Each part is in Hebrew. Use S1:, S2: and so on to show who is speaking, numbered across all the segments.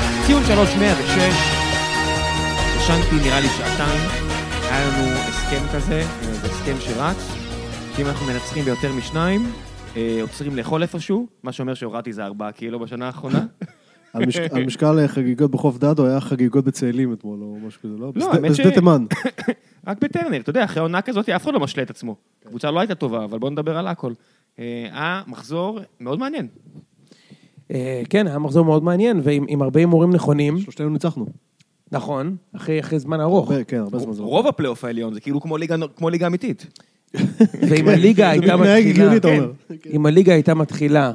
S1: 103, 106. ישנתי נראה לי שעתיים, היה לנו הסכם כזה, אה, זה הסכם שרץ, שאם אנחנו מנצחים ביותר משניים, אה, עוצרים לאכול איפשהו, מה שאומר שהורדתי זה ארבעה קילו בשנה האחרונה.
S2: על משק- על משקל חגיגות בחוף דדו היה חגיגות בצאלים אתמול, או משהו כזה, לא? בשדה-
S1: האמת ש-
S2: בשדה תימן.
S1: רק בטרנר, אתה יודע, אחרי עונה כזאת אף אחד לא משלה את עצמו. קבוצה לא הייתה טובה, אבל בואו נדבר על הכל. אה, היה מחזור מאוד מעניין.
S3: אה, כן, היה מחזור מאוד מעניין, ועם עם הרבה הימורים נכונים,
S2: שלושתנו ניצחנו.
S3: נכון, אחרי אחרי זמן ארוך.
S2: הרבה, כן, הרבה זמן זה לא.
S1: רוב הפלייאוף העליון, זה כאילו כמו ליגה- כמו ליגה אמיתית.
S3: ואם הליגה הייתה
S2: כן, מתנהג הגיוני,
S3: מתחילה...
S2: אתה אומר.
S3: כן. אם הליגה הייתה מתחילה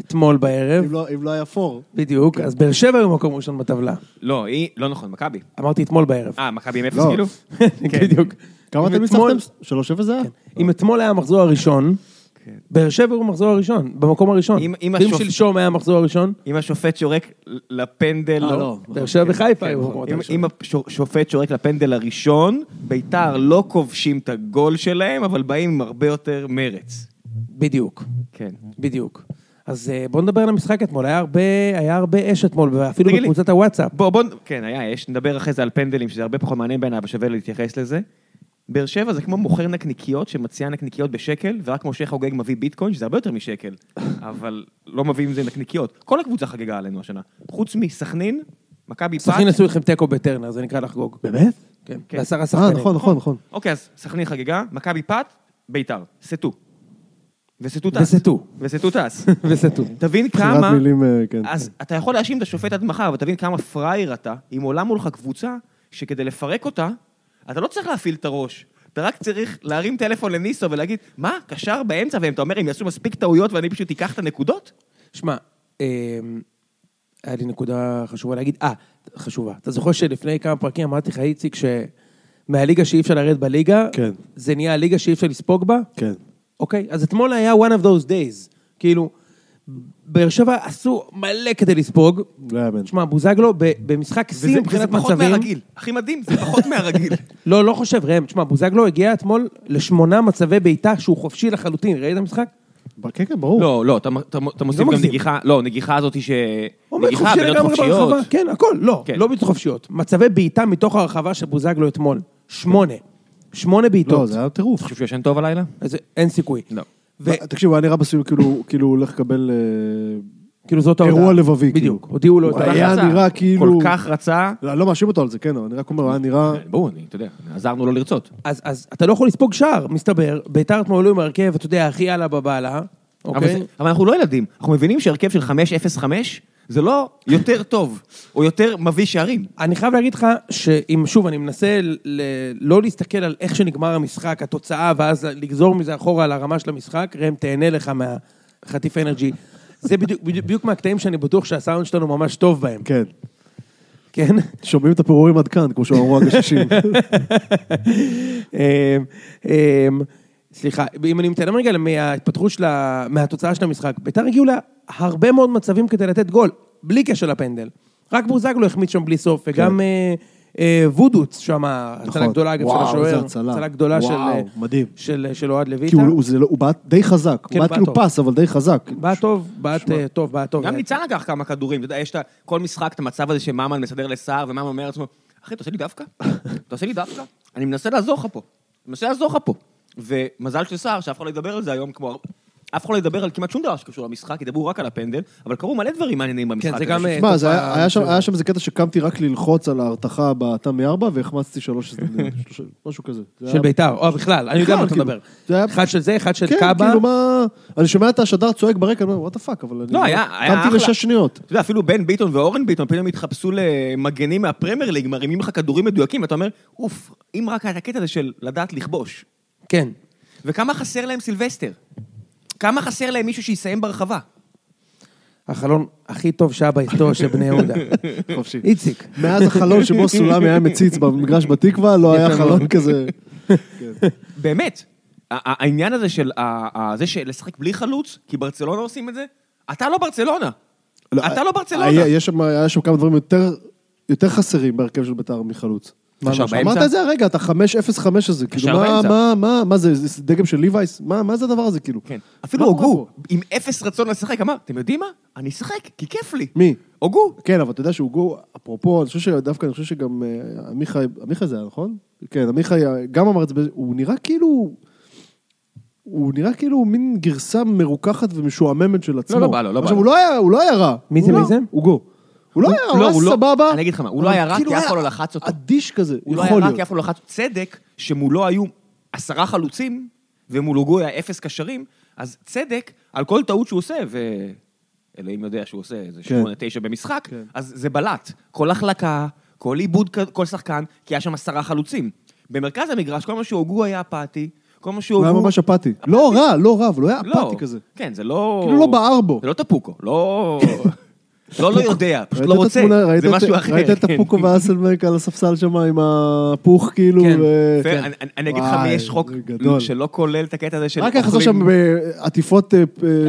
S3: אתמול בערב,
S2: אם לא- כן. אם לא היה פור.
S3: בדיוק, אז באר שבע היו מקום ראשון בטבלה.
S1: לא, היא, לא נכון, מכבי.
S3: אמרתי אתמול בערב.
S1: אה, מכבי עם אפס
S2: לא.
S1: כאילו?
S3: בדיוק.
S2: כמה
S3: אם
S2: אתם
S3: אתמול-
S2: ניצחתם? 3-0 זה היה?
S3: אם אתמול היה המחזור הראשון,
S1: כן.
S3: באר שבע הוא המחזור הראשון, במקום הראשון.
S1: אם- אם
S3: אם
S1: השופט-
S3: שלשום היה המחזור הראשון,
S1: אם השופט שורק לפנדל...
S2: אה, לא.
S3: באר שבע וחיפה היו במקומות
S1: כן, נכון. אם-
S3: הראשון.
S1: אם השופט שורק לפנדל הראשון, ביתר לא כובשים את הגול שלהם, אבל באים עם הרבה יותר מרץ.
S3: בדיוק,
S1: כן.
S3: בדיוק. אז אה, בוא נדבר על המשחק אתמול, היה הרבה- היה הרבה אש אתמול, ואפילו
S1: תגיד לי.
S3: בקבוצת הוואטסאפ.
S1: בוא, בוא, כן, היה אש, נדבר אחרי זה על פנדלים, שזה הרבה פחות מעניין בעיניי, אבל שווה להתייחס לזה. באר שבע זה כמו מוכר נקניקיות שמציע נקניקיות בשקל, ורק משה חוגג מביא ביטקוין, שזה הרבה יותר משקל, אבל לא מביא עם זה נקניקיות. כל הקבוצה חגגה עלינו השנה, חוץ מסכנין, מכבי פת.
S3: סכנין עשו איתכם תיקו בטרנר, זה נקרא לחגוג.
S2: באמת?
S3: כן,
S1: כן.
S3: בעשרה
S2: אה,
S3: שחקנים.
S2: נכון, נכון, נכון.
S1: אוקיי, אז סכנין חגגה, מכבי פת, ביתר, סטו. וסטו טס.
S3: וסטו.
S1: וסטו טס.
S2: נכון.
S3: וסטו.
S1: תבין
S2: בחירת
S1: כמה...
S2: מילים, אה, כן.
S1: אז אתה יכול להאשים את השופט עד מחר, אבל תבין כמה פראייר אתה, אם עולה מולך קבוצה, שכדי לפרק אותה, אתה לא צריך להפעיל את הראש. אתה רק צריך להרים טלפון לניסו ולהגיד, מה, קשר באמצע, והם, אתה אומר, הם יעשו מספיק טעויות ואני פשוט אקח את הנקודות?
S3: שמע, אמ, היה לי נקודה חשובה להגיד, אה, חשובה. אתה זוכר שלפני כמה פרקים אמרתי לך, איציק, שמהליגה שאי אפשר לרדת בליגה,
S2: כן.
S3: זה נהיה הליגה שאי אפשר לספוג בה?
S2: כן.
S3: אוקיי, אז אתמול היה one of those days. כאילו, באר שבע עשו מלא כדי לספוג.
S2: לא יאמן.
S3: שמע, בוזגלו ב- במשחק שיא
S1: וזה-
S3: מבחינת
S1: וזה פחות
S3: מצבים.
S1: מהרגיל. הכי מדהים, זה פחות מהרגיל.
S3: לא, לא חושב, ראם. תשמע, בוזגלו הגיע אתמול לשמונה מצבי בעיטה שהוא חופשי לחלוטין. ראית את המשחק?
S2: כן, כן, ברור.
S1: לא, לא, אתה, אתה, אתה מוסיף גם
S3: מגזים.
S1: נגיחה, לא, נגיחה הזאת ש...
S3: עומד
S1: נגיחה,
S3: חופשי
S1: בעיטות
S3: לגמרי
S1: חופשיות.
S3: ברחבה. כן, הכל, לא,
S1: כן.
S3: לא בעיטות חופשיות. מצבי בעיטה מתוך הרחבה של בוזגלו אתמול. שמונה. שמונה
S2: לא,
S3: בעיטות.
S2: זה היה טירוף.
S1: אתה חושב שהוא ישן טוב הלילה?
S3: אז אין סיכוי.
S1: לא.
S3: ו-
S2: תקשיב, הוא היה נראה בסיום כאילו- כאילו הוא הולך לקבל... אה,
S3: כאילו זאת ההודעה.
S2: אירוע לבבי, כאילו.
S3: בדיוק, הודיעו לו
S2: הוא
S3: את ה...
S2: היה
S1: רצה.
S2: נראה כאילו-
S1: כל כך רצה...
S2: לא, אני לא מאשים אותו על זה, כן, אבל אני רק אומר, הוא היה נראה...
S1: בואו, אני, אתה יודע, עזרנו לו לרצות.
S3: אז, אז אתה לא יכול לספוג שער, מסתבר. ביתר אתמול עלו עם הרכב, אתה יודע, הכי יאללה בבעלה,
S1: אבל, זה,
S3: אוקיי?
S1: אבל אנחנו לא ילדים, אנחנו מבינים שהרכב של 5-0-5 זה לא יותר טוב, או יותר מביא שערים.
S3: אני חייב להגיד לך שאם, שוב, אני מנסה ל- ל- לא להסתכל על איך שנגמר המשחק, התוצאה, ואז לגזור מזה אחורה על הרמה של המשחק, ראם, תהנה לך מהחטיף אנרג'י. זה בדיוק, בדיוק, בדיוק מהקטעים שאני בטוח שהסאונד שלנו ממש טוב בהם,
S2: כן.
S3: כן?
S2: שומעים את הפירורים עד כאן, כמו שאמרו הגששים.
S3: אמ, אמ, סליחה, אם אני מתעלם רגע מההתפתחות של ה... מהתוצאה של המשחק, ביתר הגיעו להרבה מאוד מצבים כדי לתת גול, בלי קשר לפנדל. רק בוזגלו החמיץ שם בלי סוף, וגם אה, אה, וודוץ שם, הצלה
S2: כן. נכון.
S3: גדולה אגב של
S2: וואו,
S3: השוער.
S2: איזה הצלה.
S3: הצלה גדולה של...
S2: וואו,
S3: אה,
S2: מדהים.
S3: של של אוהד
S2: כי
S3: לויטה.
S2: הוא זה לא- הוא בעט די חזק.
S3: כן,
S2: הוא בעט
S3: בעט
S2: כאילו
S3: טוב.
S2: פס, אבל די חזק.
S3: בעט טוב, בעט אה, טוב, בעט טוב.
S1: גם ניצן לקח כמה כדורים, אתה יודע, יש את ה- כל משחק, את המצב הזה שממן מסדר לסער, וממן אומר לעצמו, אחי, אתה עושה לי דווקא? אתה עושה לי דווקא? אני מנסה לעזור לך פה. אני מנסה לעזור לך פה. ומזל של סער, שאף אחד לא ידבר על זה היום, כמו... הר- אף אחד לא ידבר על כמעט שום דבר שקשור למשחק, ידברו רק על הפנדל, אבל קרו מלא דברים מעניינים במשחק.
S3: זה
S1: הזה,
S3: גם,
S1: ש-
S3: אה,
S2: שמע,
S3: תופעה
S2: זה היה- היה שם-
S3: מסוימת.
S2: היה שם איזה קטע שקמתי רק ללחוץ על ההרתחה בתמי 4 והחמצתי שלוש הזדמנויות, שלושה- משהו כזה. זה
S3: של
S2: היה-
S3: ביתר, או בכלל, אני יודע
S2: בכלל,
S3: מה אתה
S2: כאילו,
S3: מדבר.
S2: זה היה-
S3: אחד של זה, אחד של
S2: כן,
S3: קאבה.
S2: כאילו מה... אני שומע את השדר צועק ברקע, אני אומר, וואטה פאק, אבל אני...
S1: לא, היה- היה
S2: קמתי
S1: אחלה.
S2: לשש שניות.
S1: אתה יודע, אפילו בן ביטון ואורן ביטון פתאום התחפשו למגנים מהפרמייר ליג, מרימים לך כדורים מדויקים, ואתה אומר, אוף, אם רק היה את הקטע הזה של לדעת לכבוש.
S3: כן.
S1: וכמה חסר להם סילבסטר? כמה חסר להם מישהו שיסיים ברחבה?
S3: החלון הכי טוב שהיה בהיסטוריה של בני יהודה.
S2: חופשי.
S3: איציק.
S2: מאז החלון שבו סולמי היה מציץ במגרש בתקווה, לא היה חלון כזה. כן.
S1: באמת. ה- ה- העניין הזה של ה- ה- זה של לשחק בלי חלוץ, כי ברצלונה עושים את זה, אתה לא ברצלונה. אתה לא ברצלונה.
S2: אה, היה- יש שם- היה שם כמה דברים יותר- יותר חסרים בהרכב של בית"ר מחלוץ.
S1: קשר
S2: אמרת
S1: באמצע?
S2: את זה הרגע, אתה 5-0-5 הזה, כאילו, מה,
S1: באמצע.
S2: מה, מה, מה זה, זה דגם של ליווייס? מה, מה זה הדבר הזה, כאילו?
S1: כן. אפילו
S2: מה קורה
S1: הוגו,
S2: פה?
S1: עם אפס רצון לשחק, אמר, אתם יודעים מה? אני אשחק, כי כיף לי.
S2: מי?
S1: הוגו.
S2: כן, אבל אתה יודע שהוגו, אפרופו, אני חושב שדווקא, אני חושב שגם אה, עמיחי, עמיחי זה היה, נכון? כן, עמיחי אה, גם אמר את זה, הוא נראה כאילו, הוא נראה כאילו מין גרסה מרוככת ומשועממת של עצמו.
S1: לא בא לו, לא בא
S2: עכשיו,
S1: לו.
S2: הוא לא היה, הוא לא היה רע.
S3: מי זה,
S2: הוא
S3: מי
S2: לא-
S3: זה?
S2: הוגו. הוא לא היה רע, הוא
S1: הוא
S2: היה
S1: לא-
S2: סבבה.
S1: אני אגיד לך מה, הוא לא
S2: אבל
S1: היה רע,
S2: כאילו
S1: כי אף
S2: היה
S1: אחד לא לחץ אותו.
S2: אדיש כזה,
S1: הוא לא היה
S2: יכול
S1: רע,
S2: להיות.
S1: כי אף אחד לא לחץ. צדק, שמולו היו עשרה חלוצים, ומול הוגו היה אפס קשרים, אז צדק, על כל טעות שהוא עושה, ו... אלוהים יודע שהוא עושה איזה
S2: כן.
S1: שמונה, תשע במשחק,
S2: כן.
S1: אז זה בלט. כל החלקה, כל עיבוד, כ- כל שחקן, כי היה שם עשרה חלוצים. במרכז המגרש, כל מה שהוגו היה אפאתי, כל מה
S2: הוא
S1: שהוגו...
S2: לא, היה ממש אפאתי. לא רע, לא רע, אבל הוא היה
S1: לא.
S2: אפאתי כזה.
S1: כן, זה לא...
S2: כאילו לא בער בו.
S1: זה לא טפוקו, לא... לא לא יודע, פשוט
S2: ראית
S1: לא
S2: את
S1: רוצה,
S2: התמונה? ראית
S1: זה
S2: את-
S1: משהו אחר.
S2: ראית את
S1: כן.
S2: הפוקו ואסלמק על הספסל שם עם הפוך, כאילו?
S3: כן,
S2: ו-
S1: יפה, אני- אני- אני אגיד לך מי
S2: וואי,
S1: יש חוק
S2: זה גדול.
S1: שלא כולל את הקטע הזה של...
S2: רק יחזור
S1: אוכלים- כן.
S2: שם בעטיפות אה,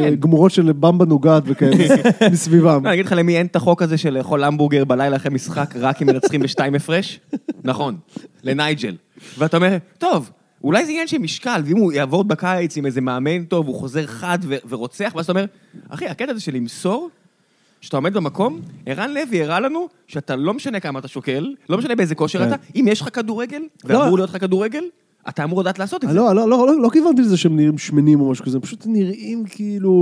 S2: אה, גמורות של במבה נוגת וכאלה מסביבם.
S1: לא, אני אגיד לך למי אין את החוק הזה של לאכול המבורגר בלילה אחרי משחק רק אם מנצחים בשתיים הפרש? נכון, לנייג'ל. ואתה אומר, טוב, אולי זה עניין של משקל, ואם הוא יעבור בקיץ עם איזה מאמן טוב, הוא חוזר חד ו- ורוצח, ואז אתה אומר, אחי, הקטע הזה של למסור, שאתה עומד במקום, ערן לוי הראה לנו שאתה לא משנה כמה אתה שוקל, לא משנה באיזה כושר
S2: כן.
S1: אתה, אם יש לך כדורגל,
S2: לא.
S1: ואמור להיות לך כדורגל, אתה אמור לדעת לעשות את זה.
S2: לא, לא, לא, לא, לא כיוונתי לזה שהם נראים שמנים או משהו כזה, הם פשוט נראים כאילו,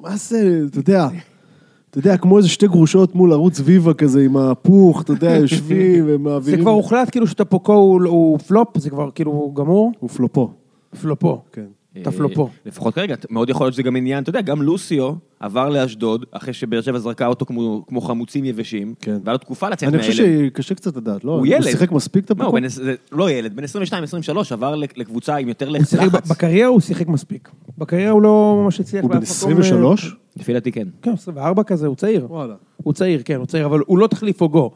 S2: מה זה, אתה יודע, אתה יודע, כמו איזה שתי גרושות מול ערוץ ויווה כזה עם הפוך, אתה יודע, יושבים
S3: זה
S2: ומעבירים.
S3: כבר הוחלט כאילו שטפוקו הוא- הוא פלופ, זה כבר כאילו גמור?
S2: הוא פלופו,
S3: פלופו.
S2: לא כן.
S3: תפלופו.
S1: אה, לפחות כרגע, מאוד יכול להיות שזה גם עניין, אתה יודע, גם לוסיו עבר לאשדוד, אחרי שבאר שבע זרקה אותו כמו, כמו חמוצים יבשים,
S2: כן.
S1: והיה לו תקופה לצאת
S2: אני
S1: מהילד.
S2: חושב שקשה קצת לדעת, לא?
S1: הוא ילד.
S2: הוא שיחק מספיק את
S1: לא, הוא
S2: הפוקו?
S1: בן עש- זה- לא ילד, בן 22-23 עבר לק- לקבוצה עם יותר
S3: הוא שיחק
S1: לחץ.
S3: ב- בקריירה הוא שיחק מספיק. בקריירה הוא לא ממש הצליח.
S2: הוא
S3: באף
S2: בן
S3: מקום,
S2: 23?
S1: לפי דעתי כן.
S3: אה, כן, 24 כזה, הוא צעיר.
S2: וואלה.
S3: הוא צעיר, כן, הוא צעיר, אבל הוא לא תחליף הוגו.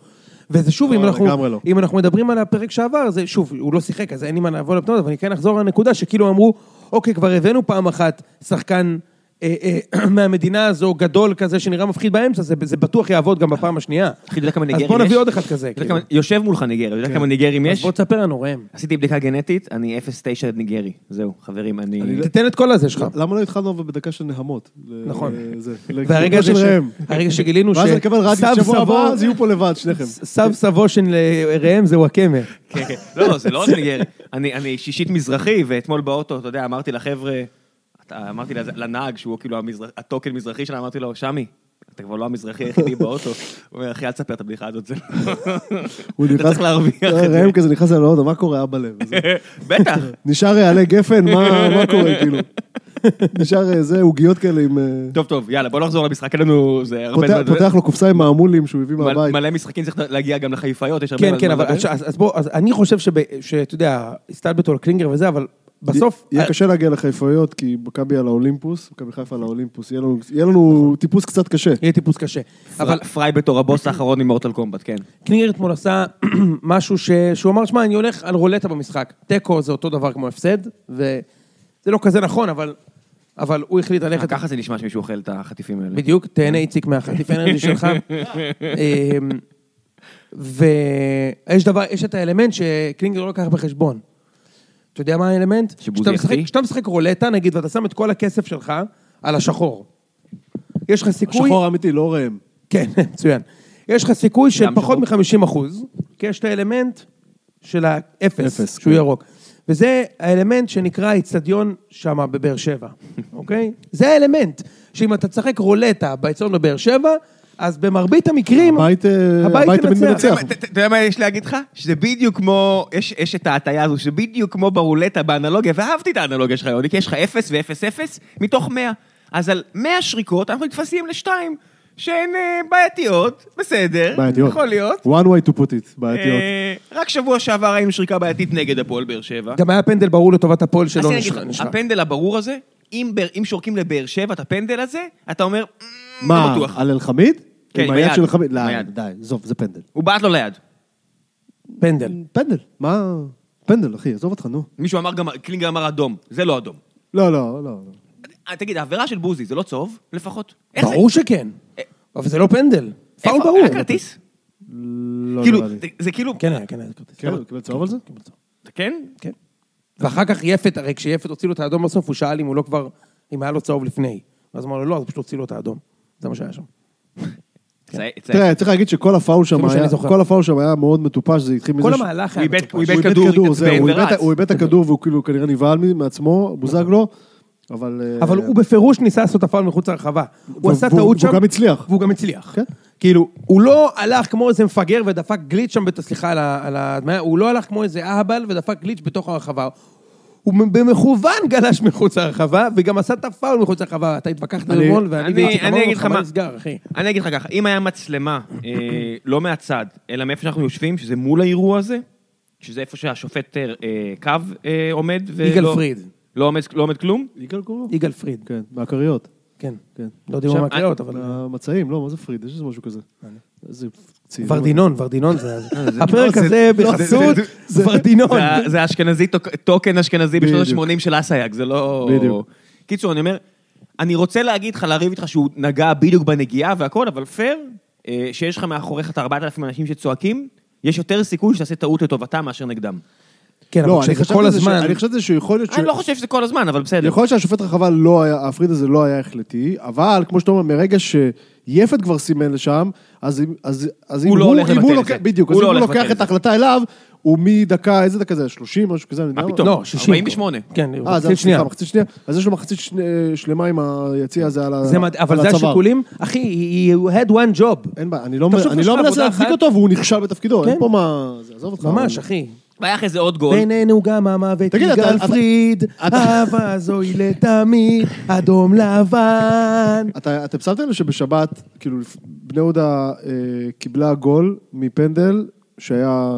S3: וזה שוב,
S2: לא,
S3: אם אנחנו,
S2: לגמרי לא.
S3: אם אנחנו מדברים על הפרק שעבר, זה שוב, הוא לא שיחק, אז אין לי מה לבוא לפנות, אבל אני כן אחזור לנקודה שכאילו אמרו, אוקיי, כבר הבאנו פעם אחת שחקן אה, אה, מהמדינה הזו, גדול כזה, שנראה מפחיד באמצע, זה, זה בטוח יעבוד גם בפעם השנייה.
S1: אחי, אתה יודע כמה
S3: אז
S1: ניגרים יש?
S3: בוא נביא עוד אחד כזה,
S1: אתה יודע
S3: כאילו. כן.
S1: כמה- יושב מולך ניגרי, אתה יודע כמה ניגרים
S3: אז
S1: יש?
S3: בוא תספר לנו, ראם.
S1: עשיתי בדיקה גנטית, אני 0.9 ניגרי. זהו, חברים, אני...
S3: תתן את כל הזה שלך.
S2: למה לא התחלנו אבל בדקה של נהמות? אה,
S3: נכון.
S2: לזה, לכיוון
S3: והרגע הזה
S2: של
S3: ש-
S2: ראם.
S3: הרגע שגילינו
S2: ואז נקבל רדיו,
S3: שסב
S2: שבוע
S3: סבו-
S2: הבא, אז יהיו פה לבד, שניכם.
S3: סב סבו של אה, ראם זה וואקמה.
S1: כן, כן. לא, לא, זה לא רק ניגרי. אני, אני שישית מזרחי, ואתמול באוטו, אתה יודע, אמרתי לחבר'ה, אתה- אמרתי לזה- לנהג, שהוא כאילו המזרח- הטוקן מזרחי שלנו, אמרתי לו, שמי, אתה כבר לא המזרחי היחידי באוטו. הוא אומר, אחי, אל תספר את הבדיחה הזאת, זה לא...
S2: הוא
S1: אתה צריך להרוויח את
S2: לא,
S1: זה.
S2: ראם כזה נכנס אליו, מה קורה, אבא לב? וזה.
S1: בטח.
S2: נשאר רעלי גפן, מה מה קורה, כאילו? נשאר איזה עוגיות כאלה עם... אה,
S1: טוב, טוב, יאללה, בוא נחזור למשחק, אין לנו... זה הרבה
S2: פותח-
S1: זמן.
S2: פותח לו קופסה עם מעמולים שהוא הביא
S1: מלא-
S2: מהבית.
S1: מלא משחקים צריך להגיע גם לחיפאיות, יש הרבה...
S3: כן,
S1: על
S3: כן,
S1: מה
S3: אבל
S1: לדבר.
S3: עכשיו, אז אז בוא, אז אני חושב שב- שאתה יודע, הסתלבטו על קלינגר וזה, אבל בסוף...
S2: יהיה קשה להגיע לחיפאיות, כי מכבי על האולימפוס, מכבי חיפה על האולימפוס, יהיה לנו- יהיה
S1: נכון.
S2: לנו טיפוס קצת קשה.
S3: יהיה טיפוס קשה. אבל
S1: אבל פריי בתור הבוס האחרון עם מורטל קומבט, כן.
S3: קלינגר אתמול עשה משהו ש... שהוא אמר, שמע, אני הולך על רולטה במשחק. תיקו זה אותו דבר כמו הפסד, וזה לא כזה נכון, אבל, אבל הוא החליט ללכת...
S1: ככה זה נשמע שמישהו אוכל את החטיפים האלה.
S3: בדיוק, תהנה איציק מהחטיף אנרגי שלך. אמ, ויש דבר, יש את האלמנט שקלינגר לא לקח בחשבון. אתה יודע מה האלמנט?
S1: שבוזי
S3: כשאתה משחק-
S1: יחטיא?
S3: כשאתה משחק רולטה, נגיד, ואתה שם את כל הכסף שלך על השחור. יש לך סיכוי...
S2: שחור אמיתי, לא ראם.
S3: כן, מצוין. יש לך סיכוי של
S1: גם
S3: פחות
S1: שחור?
S3: מ-50 אחוז, כי יש את האלמנט של האפס,
S2: אפס,
S3: שהוא
S2: כן.
S3: ירוק. וזה האלמנט שנקרא האיצטדיון שם בבאר שבע, אוקיי? זה האלמנט, שאם אתה תשחק רולטה באיצטדיון בבאר שבע, אז במרבית המקרים...
S2: הבית, אה,
S3: הבית
S2: הבית תמיד
S3: מנצח.
S1: אתה יודע
S2: מנצח.
S1: מה- אתה אתה יודע מה יש להגיד לך? שזה בדיוק כמו, יש, יש את ההטייה הזו, שזה בדיוק כמו ברולטה באנלוגיה, ואהבתי את האנלוגיה שלך, יוני, כי יש לך 0 ו-0-0 מתוך 100. אז על 100 שריקות אנחנו נתפסים לשתיים, שהן אה, בעייתיות, בסדר,
S2: בעייתיות.
S1: יכול להיות.
S2: one way to put it, בעייתיות.
S1: אה, רק שבוע שעבר ראינו שריקה בעייתית נגד הפועל באר שבע.
S3: גם היה פנדל ברור לטובת הפועל
S1: אז
S3: שלא
S1: אני אגיד לך,
S3: נשלח- נשלח.
S1: הפנדל הברור הזה, אם באר- אם שורקים לבאר שבע את הפנדל הזה, אתה אומר, "מ,
S2: מה,
S1: לא בטוח.
S2: על אלחמיד?
S1: כן, עם
S2: עם היד
S1: היד.
S2: של אלחמיד? לא,
S1: עם היד.
S2: די, עזוב, זה פנדל.
S1: הוא בעט לו ליד.
S3: פנדל.
S2: פנדל, מה... פנדל, אחי, עזוב אותך, נו.
S1: מישהו אמר גם, קלינגר אמר אדום, זה לא אדום.
S2: לא, לא, לא. לא.
S1: אה, תגיד, העבירה של בוזי זה לא צהוב לפחות? איך זה-
S3: ברור שכן.
S1: אה.
S3: אבל זה לא פנדל.
S1: איפה-
S3: פאול ברור.
S1: היה כרטיס?
S2: לא
S1: כאילו,
S2: נראה לי.
S1: זה- זה כאילו...
S3: כן היה, כן היה כרטיס.
S2: כן, הוא קיבל צהוב על זה?
S3: קיבל צהוב.
S1: כן?
S3: כן. ואחר כך יפת, הרי כשיפת הוציא לו את האדום בסוף, הוא שאל אם הוא לא כבר, אם היה לו צהוב לפני. ואז אמר לו לא, אז פשוט הוציא לו את האדום. זה מה שהיה שם.
S1: זה- זה-
S2: תראה, צריך להגיד שכל הפאול שם
S3: מה שאני
S2: היה,
S3: זוכר.
S2: כל הפאול שם היה מאוד מטופש, זה התחיל מזה
S3: כל
S2: ש-
S3: המהלך היה
S1: הוא איבד-
S3: מטופש.
S1: הוא
S2: הוא איבד
S1: כדור,
S2: כדור, זהו, הוא
S1: התעצבן
S2: איבד-
S1: ורץ.
S2: הוא איבד את הכדור והוא כאילו כנראה נבהל מעצמו, בוזגלו, אבל... אה,
S3: אבל הוא בפירוש ניסה לעשות את הפאול מחוץ לרחבה. הוא עשה
S2: והוא-
S3: טעות שם.
S2: והוא גם הצליח.
S3: והוא גם הצליח.
S2: כן.
S3: כאילו, הוא לא הלך כמו איזה מפגר ודפק גליץ' שם, בת- סליחה על ה- על ה... הוא לא הלך כמו איזה אהבל ודפק גליץ' בתוך הרחבה. הוא במכוון גלש מחוץ לרחבה, וגם עשה את הפאול מחוץ לרחבה. אתה התווכחת
S2: אני-
S3: אתמול, ואני
S1: אני-
S3: ואיציק אמרנו
S1: אני אגיד לך מה...
S3: נסגר, אחי.
S1: אני אגיד לך ככה, אם היה מצלמה, אה, לא מהצד, אלא מאיפה שאנחנו יושבים, שזה מול האירוע הזה, שזה איפה שהשופט אה, קו אה, עומד, ולא...
S3: יגאל פריד.
S1: לא עומד, לא עומד כלום?
S2: יגאל קורא?
S3: יגאל פריד.
S2: כן, מהכריות.
S3: כן.
S2: כן.
S3: לא יודעים מה
S1: עכשיו,
S3: מהקריאות, אבל...
S2: המצעים, לא, מה זה פריד? יש איזה משהו כזה. איזה צעירים.
S3: ורדינון, ורדינון
S2: אה,
S3: זה...
S1: זה-
S3: הפרק
S1: לא, זה-
S3: הזה
S1: זה-
S3: בחסות ורדינון.
S1: זה ה- זה האשכנזי, טוק- טוקן אשכנזי בשנות
S2: בדיוק.
S1: ה-80 של אסייג, זה לא...
S2: בדיוק.
S1: קיצור, אני אומר, אני רוצה להגיד לך, לריב איתך שהוא נגע בדיוק בנגיעה והכל, אבל פייר, אה, שיש לך מאחוריך את 4,000 אנשים שצועקים, יש יותר סיכוי שתעשה טעות לטובתם מאשר נגדם.
S3: כן,
S2: לא,
S3: אבל
S2: אני
S3: כשזה
S2: חשבתי
S3: כל
S2: זה ש-
S3: הזמן...
S2: אני חשבתי שיכול להיות ש...
S1: אני לא חושב שזה כל הזמן, אבל בסדר.
S2: יכול להיות שהשופט רחבה לא היה, הפריד הזה לא היה החלטי, אבל כמו שאתה אומר, מרגע שיפת כבר סימן לשם, אז אם- אז- אז אם
S1: הוא לא הולך
S2: אם
S1: לבטל את
S2: לוקח-
S1: זה.
S2: בדיוק,
S1: הוא
S2: אז אם
S1: לא
S2: הוא
S1: הולך
S2: לוקח
S1: לבטל את
S2: את
S1: זה.
S2: ההחלטה אליו, הוא מדקה, איזה דקה זה היה? 30, משהו כזה, אני יודע
S1: מה פתאום?
S3: לא, 60.
S1: 48.
S3: כן,
S2: אה, זה
S3: מחצית שנייה.
S2: סליחה, מחצית שנייה. אז יש לו מחצית שני- שלמה עם היציע הזה על ה-
S3: זה מד... אבל
S2: על
S3: זה
S2: הצוואר.
S3: השיקולים, אחי, you had one job.
S2: אין בעיה, אני לא
S3: תחשוב
S2: אני
S3: שיש
S2: לא
S3: לך
S2: מנסה
S3: עבודה
S2: להצדיק
S3: אחת.
S2: אותו והוא נכשל בתפקידו, אין
S3: כן.
S2: פה מה... זה, עזוב אותך.
S3: ממש,
S2: אבל-
S3: אחי.
S1: והיה אחרי זה עוד גול.
S3: בינינו גם המוות,
S2: תגיד, אתה-
S3: יגאל
S2: אתה-
S3: פריד,
S2: אתה-
S3: אהבה זוהי לתמיד, אדום לבן.
S2: אתה- אתם שמתם לב שבשבת, כאילו, לפ- בני יהודה אה, קיבלה גול מפנדל שהיה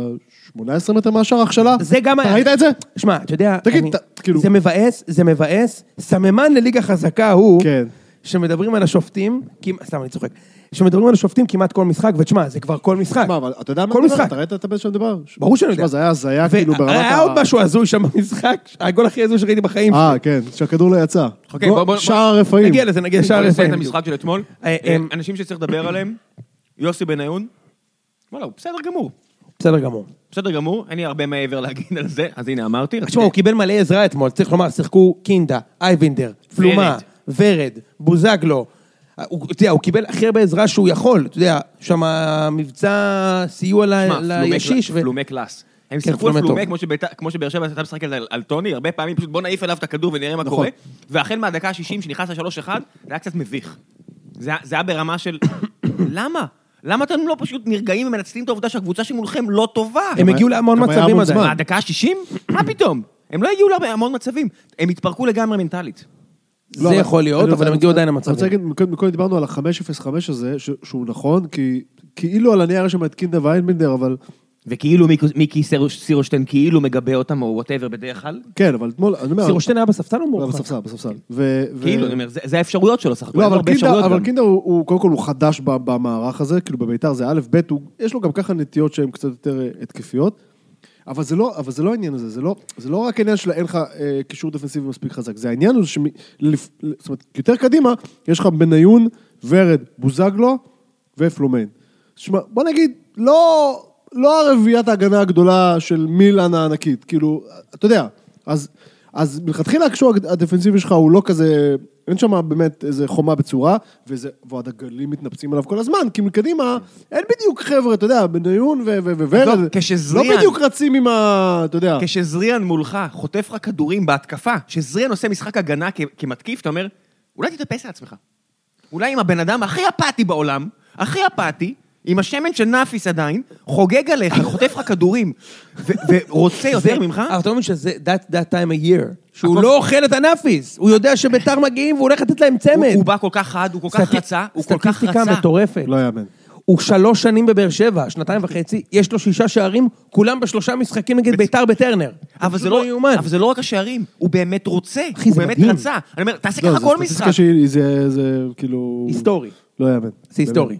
S2: 18 מטר מהשאר הכשלה?
S3: זה גם
S2: אתה
S3: היה-
S2: ראית את זה?
S3: שמע, אתה יודע,
S2: תגיד,
S3: אני-
S2: ת- כאילו-
S3: זה מבאס, זה מבאס. סממן לליגה חזקה הוא,
S2: כן.
S3: שמדברים על השופטים, כמעט- סתם, אני צוחק, שמדברים על השופטים כמעט כל משחק, ותשמע, זה כבר כל משחק.
S2: מה, אבל אתה יודע מה
S3: כל
S2: אני מדבר?
S3: משחק.
S2: אתה ראית את הבן של דבר?
S3: ברור שאני יודע.
S2: זה היה הזיה,
S3: ו-
S2: כאילו, ברמת ה...
S3: היה עוד משהו הזוי שם במשחק, הגול הכי הזוי שראיתי בחיים.
S2: אה, כן, שהכדור לא יצא.
S1: אוקיי, בוא-
S2: גול-
S1: בוא-
S2: שער רפאים.
S3: נגיע לזה, נגיע
S1: בוא
S3: לשער
S1: נסיים
S3: רפאים.
S1: את המשחק של אתמול.
S3: אה, אה,
S1: אנשים שצריך לדבר עליהם, יוסי בניון, וואלה, הוא בסדר גמור.
S3: בסדר גמור.
S1: בסדר גמור, אין לי הרבה מעבר להגיד על זה, אז הנה אמרתי.
S3: תשמע, הוא קיבל מלא עזרה אתמול, צריך לומר, שיחקו קינדה, אייבינדר, פלומה, ורד, בוזגלו. הוא, אתה יודע, הוא קיבל הכי הרבה עזרה שהוא יכול, אתה יודע, שם מבצע סיוע
S1: תשמע,
S3: ל-
S1: פלומי
S3: לישיש.
S1: קלאס, פלומי קלאס. הם
S3: כן,
S1: שיחקו על
S3: פלומי טוב.
S1: פלומי, כמו שביתר- כמו שבאר שבע הייתה משחקת על- על טוני, הרבה פעמים פשוט בוא נעיף אליו את הכדור ונראה מה קורה. והחל מהדקה ה-60 שנכנס ל-3-1, זה היה קצת מביך. זה היה- זה היה ברמה של, למה? למה אתם לא פשוט נרגעים ומנצלים את העובדה שהקבוצה שמולכם לא טובה?
S3: הם הגיעו להמון
S2: גם היה
S3: מצבים אה,
S2: המון
S3: עדיין.
S2: זמן.
S1: מה, הדקה ה-60? מה פתאום? הם לא הגיעו להרבה- המון מצבים. הם התפרקו לגמרי מנטלית.
S2: לא,
S3: זה יכול להיות,
S2: אני
S3: אבל הם הגיעו עדיין
S2: אני רוצה
S3: למצבים.
S2: להגיד, מקודם מקודם דיברנו על ה-505 הזה, ש- שהוא נכון, כי כאילו על הנייר יש שם את קינדה ואיינבינדר, אבל...
S1: וכאילו מיקו- מיקי סיר- סירושטיין כאילו מגבה אותם, או וואטאבר בדרך כלל.
S2: כן, אבל אתמול, אני אומר...
S3: סירושטיין היה בספסל או
S2: לא,
S3: מורחק?
S2: בספסל, בספסל. ו- ו-
S1: כאילו, אני אומר, זה- זה האפשרויות שלו סך הכול.
S2: לא,
S1: אין לו
S2: אבל
S1: הרבה
S2: קינדה,
S1: אפשרויות
S2: אבל
S1: גם.
S2: קינדה הוא, הוא, קודם כל הוא חדש ב- במערך הזה, כאילו בביתר זה א', ב', הוא, יש לו גם ככה נטיות שהן קצת יותר אה, התקפיות, אבל זה לא, אבל זה לא העניין הזה, זה לא, זה לא רק העניין של אין לך אה, קישור דפנסיבי מספיק חזק, זה העניין הוא שמ... לפ- זאת אומרת, יותר קדימה, יש לך בניון, ורד, בוזגלו ופלומיין. תשמע, בוא נגיד, לא, לא הרביעיית ההגנה הגדולה של מילאן הענקית, כאילו, אתה יודע, אז... אז מלכתחילה הקשור הדפנסיבי שלך הוא לא כזה, אין שם באמת איזה חומה בצורה, וזה, ועוד הגלים מתנפצים עליו כל הזמן, כי מקדימה אין בדיוק חבר'ה, אתה יודע, בניון ו- ו- ו-
S1: עזוב,
S2: וורד, לא
S1: כשזריאן-
S2: בדיוק רצים עם ה... אתה יודע.
S1: כשזריאן מולך חוטף לך כדורים בהתקפה, כשזריאן עושה משחק הגנה כ- כמתקיף, אתה אומר, אולי תתאפס על עצמך. אולי אם הבן אדם הכי אפאתי בעולם, הכי אפאתי, עם השמן של נאפיס עדיין, חוגג עליך, חוטף לך כדורים, ו- ורוצה יותר ממך,
S3: אוקיי. אבל אתה אומר שזה that, that time a year, שהוא
S1: הכל-
S3: לא אוכל את הנאפיס, הוא יודע שביתר מגיעים והוא הולך לתת להם
S1: הוא-
S3: צמד.
S1: הוא בא כל כך חד, הוא כל כך
S3: סטטי-
S1: רצה, הוא כל כך רצה.
S3: סטטיסטיקה מטורפת.
S2: לא יאמן.
S3: הוא שלוש שנים בבאר שבע, שנתיים וחצי, יש לו שישה שערים, כולם בשלושה משחקים נגד ביתר בטרנר.
S1: אבל זה
S3: פשוט
S1: לא,
S3: יאומן.
S1: אבל זה לא רק השערים, הוא באמת רוצה,
S3: אחי,
S1: הוא
S3: זה
S1: באמת
S3: מדהים.
S1: רצה. אני אומר, תעשה
S2: לא,
S1: ככה
S2: זה
S1: כל משחק.
S2: סטטיסטיקה שהיא, זה, זה כאילו...
S3: היסטורי.
S2: לא יאמן.
S3: זה היסטורי.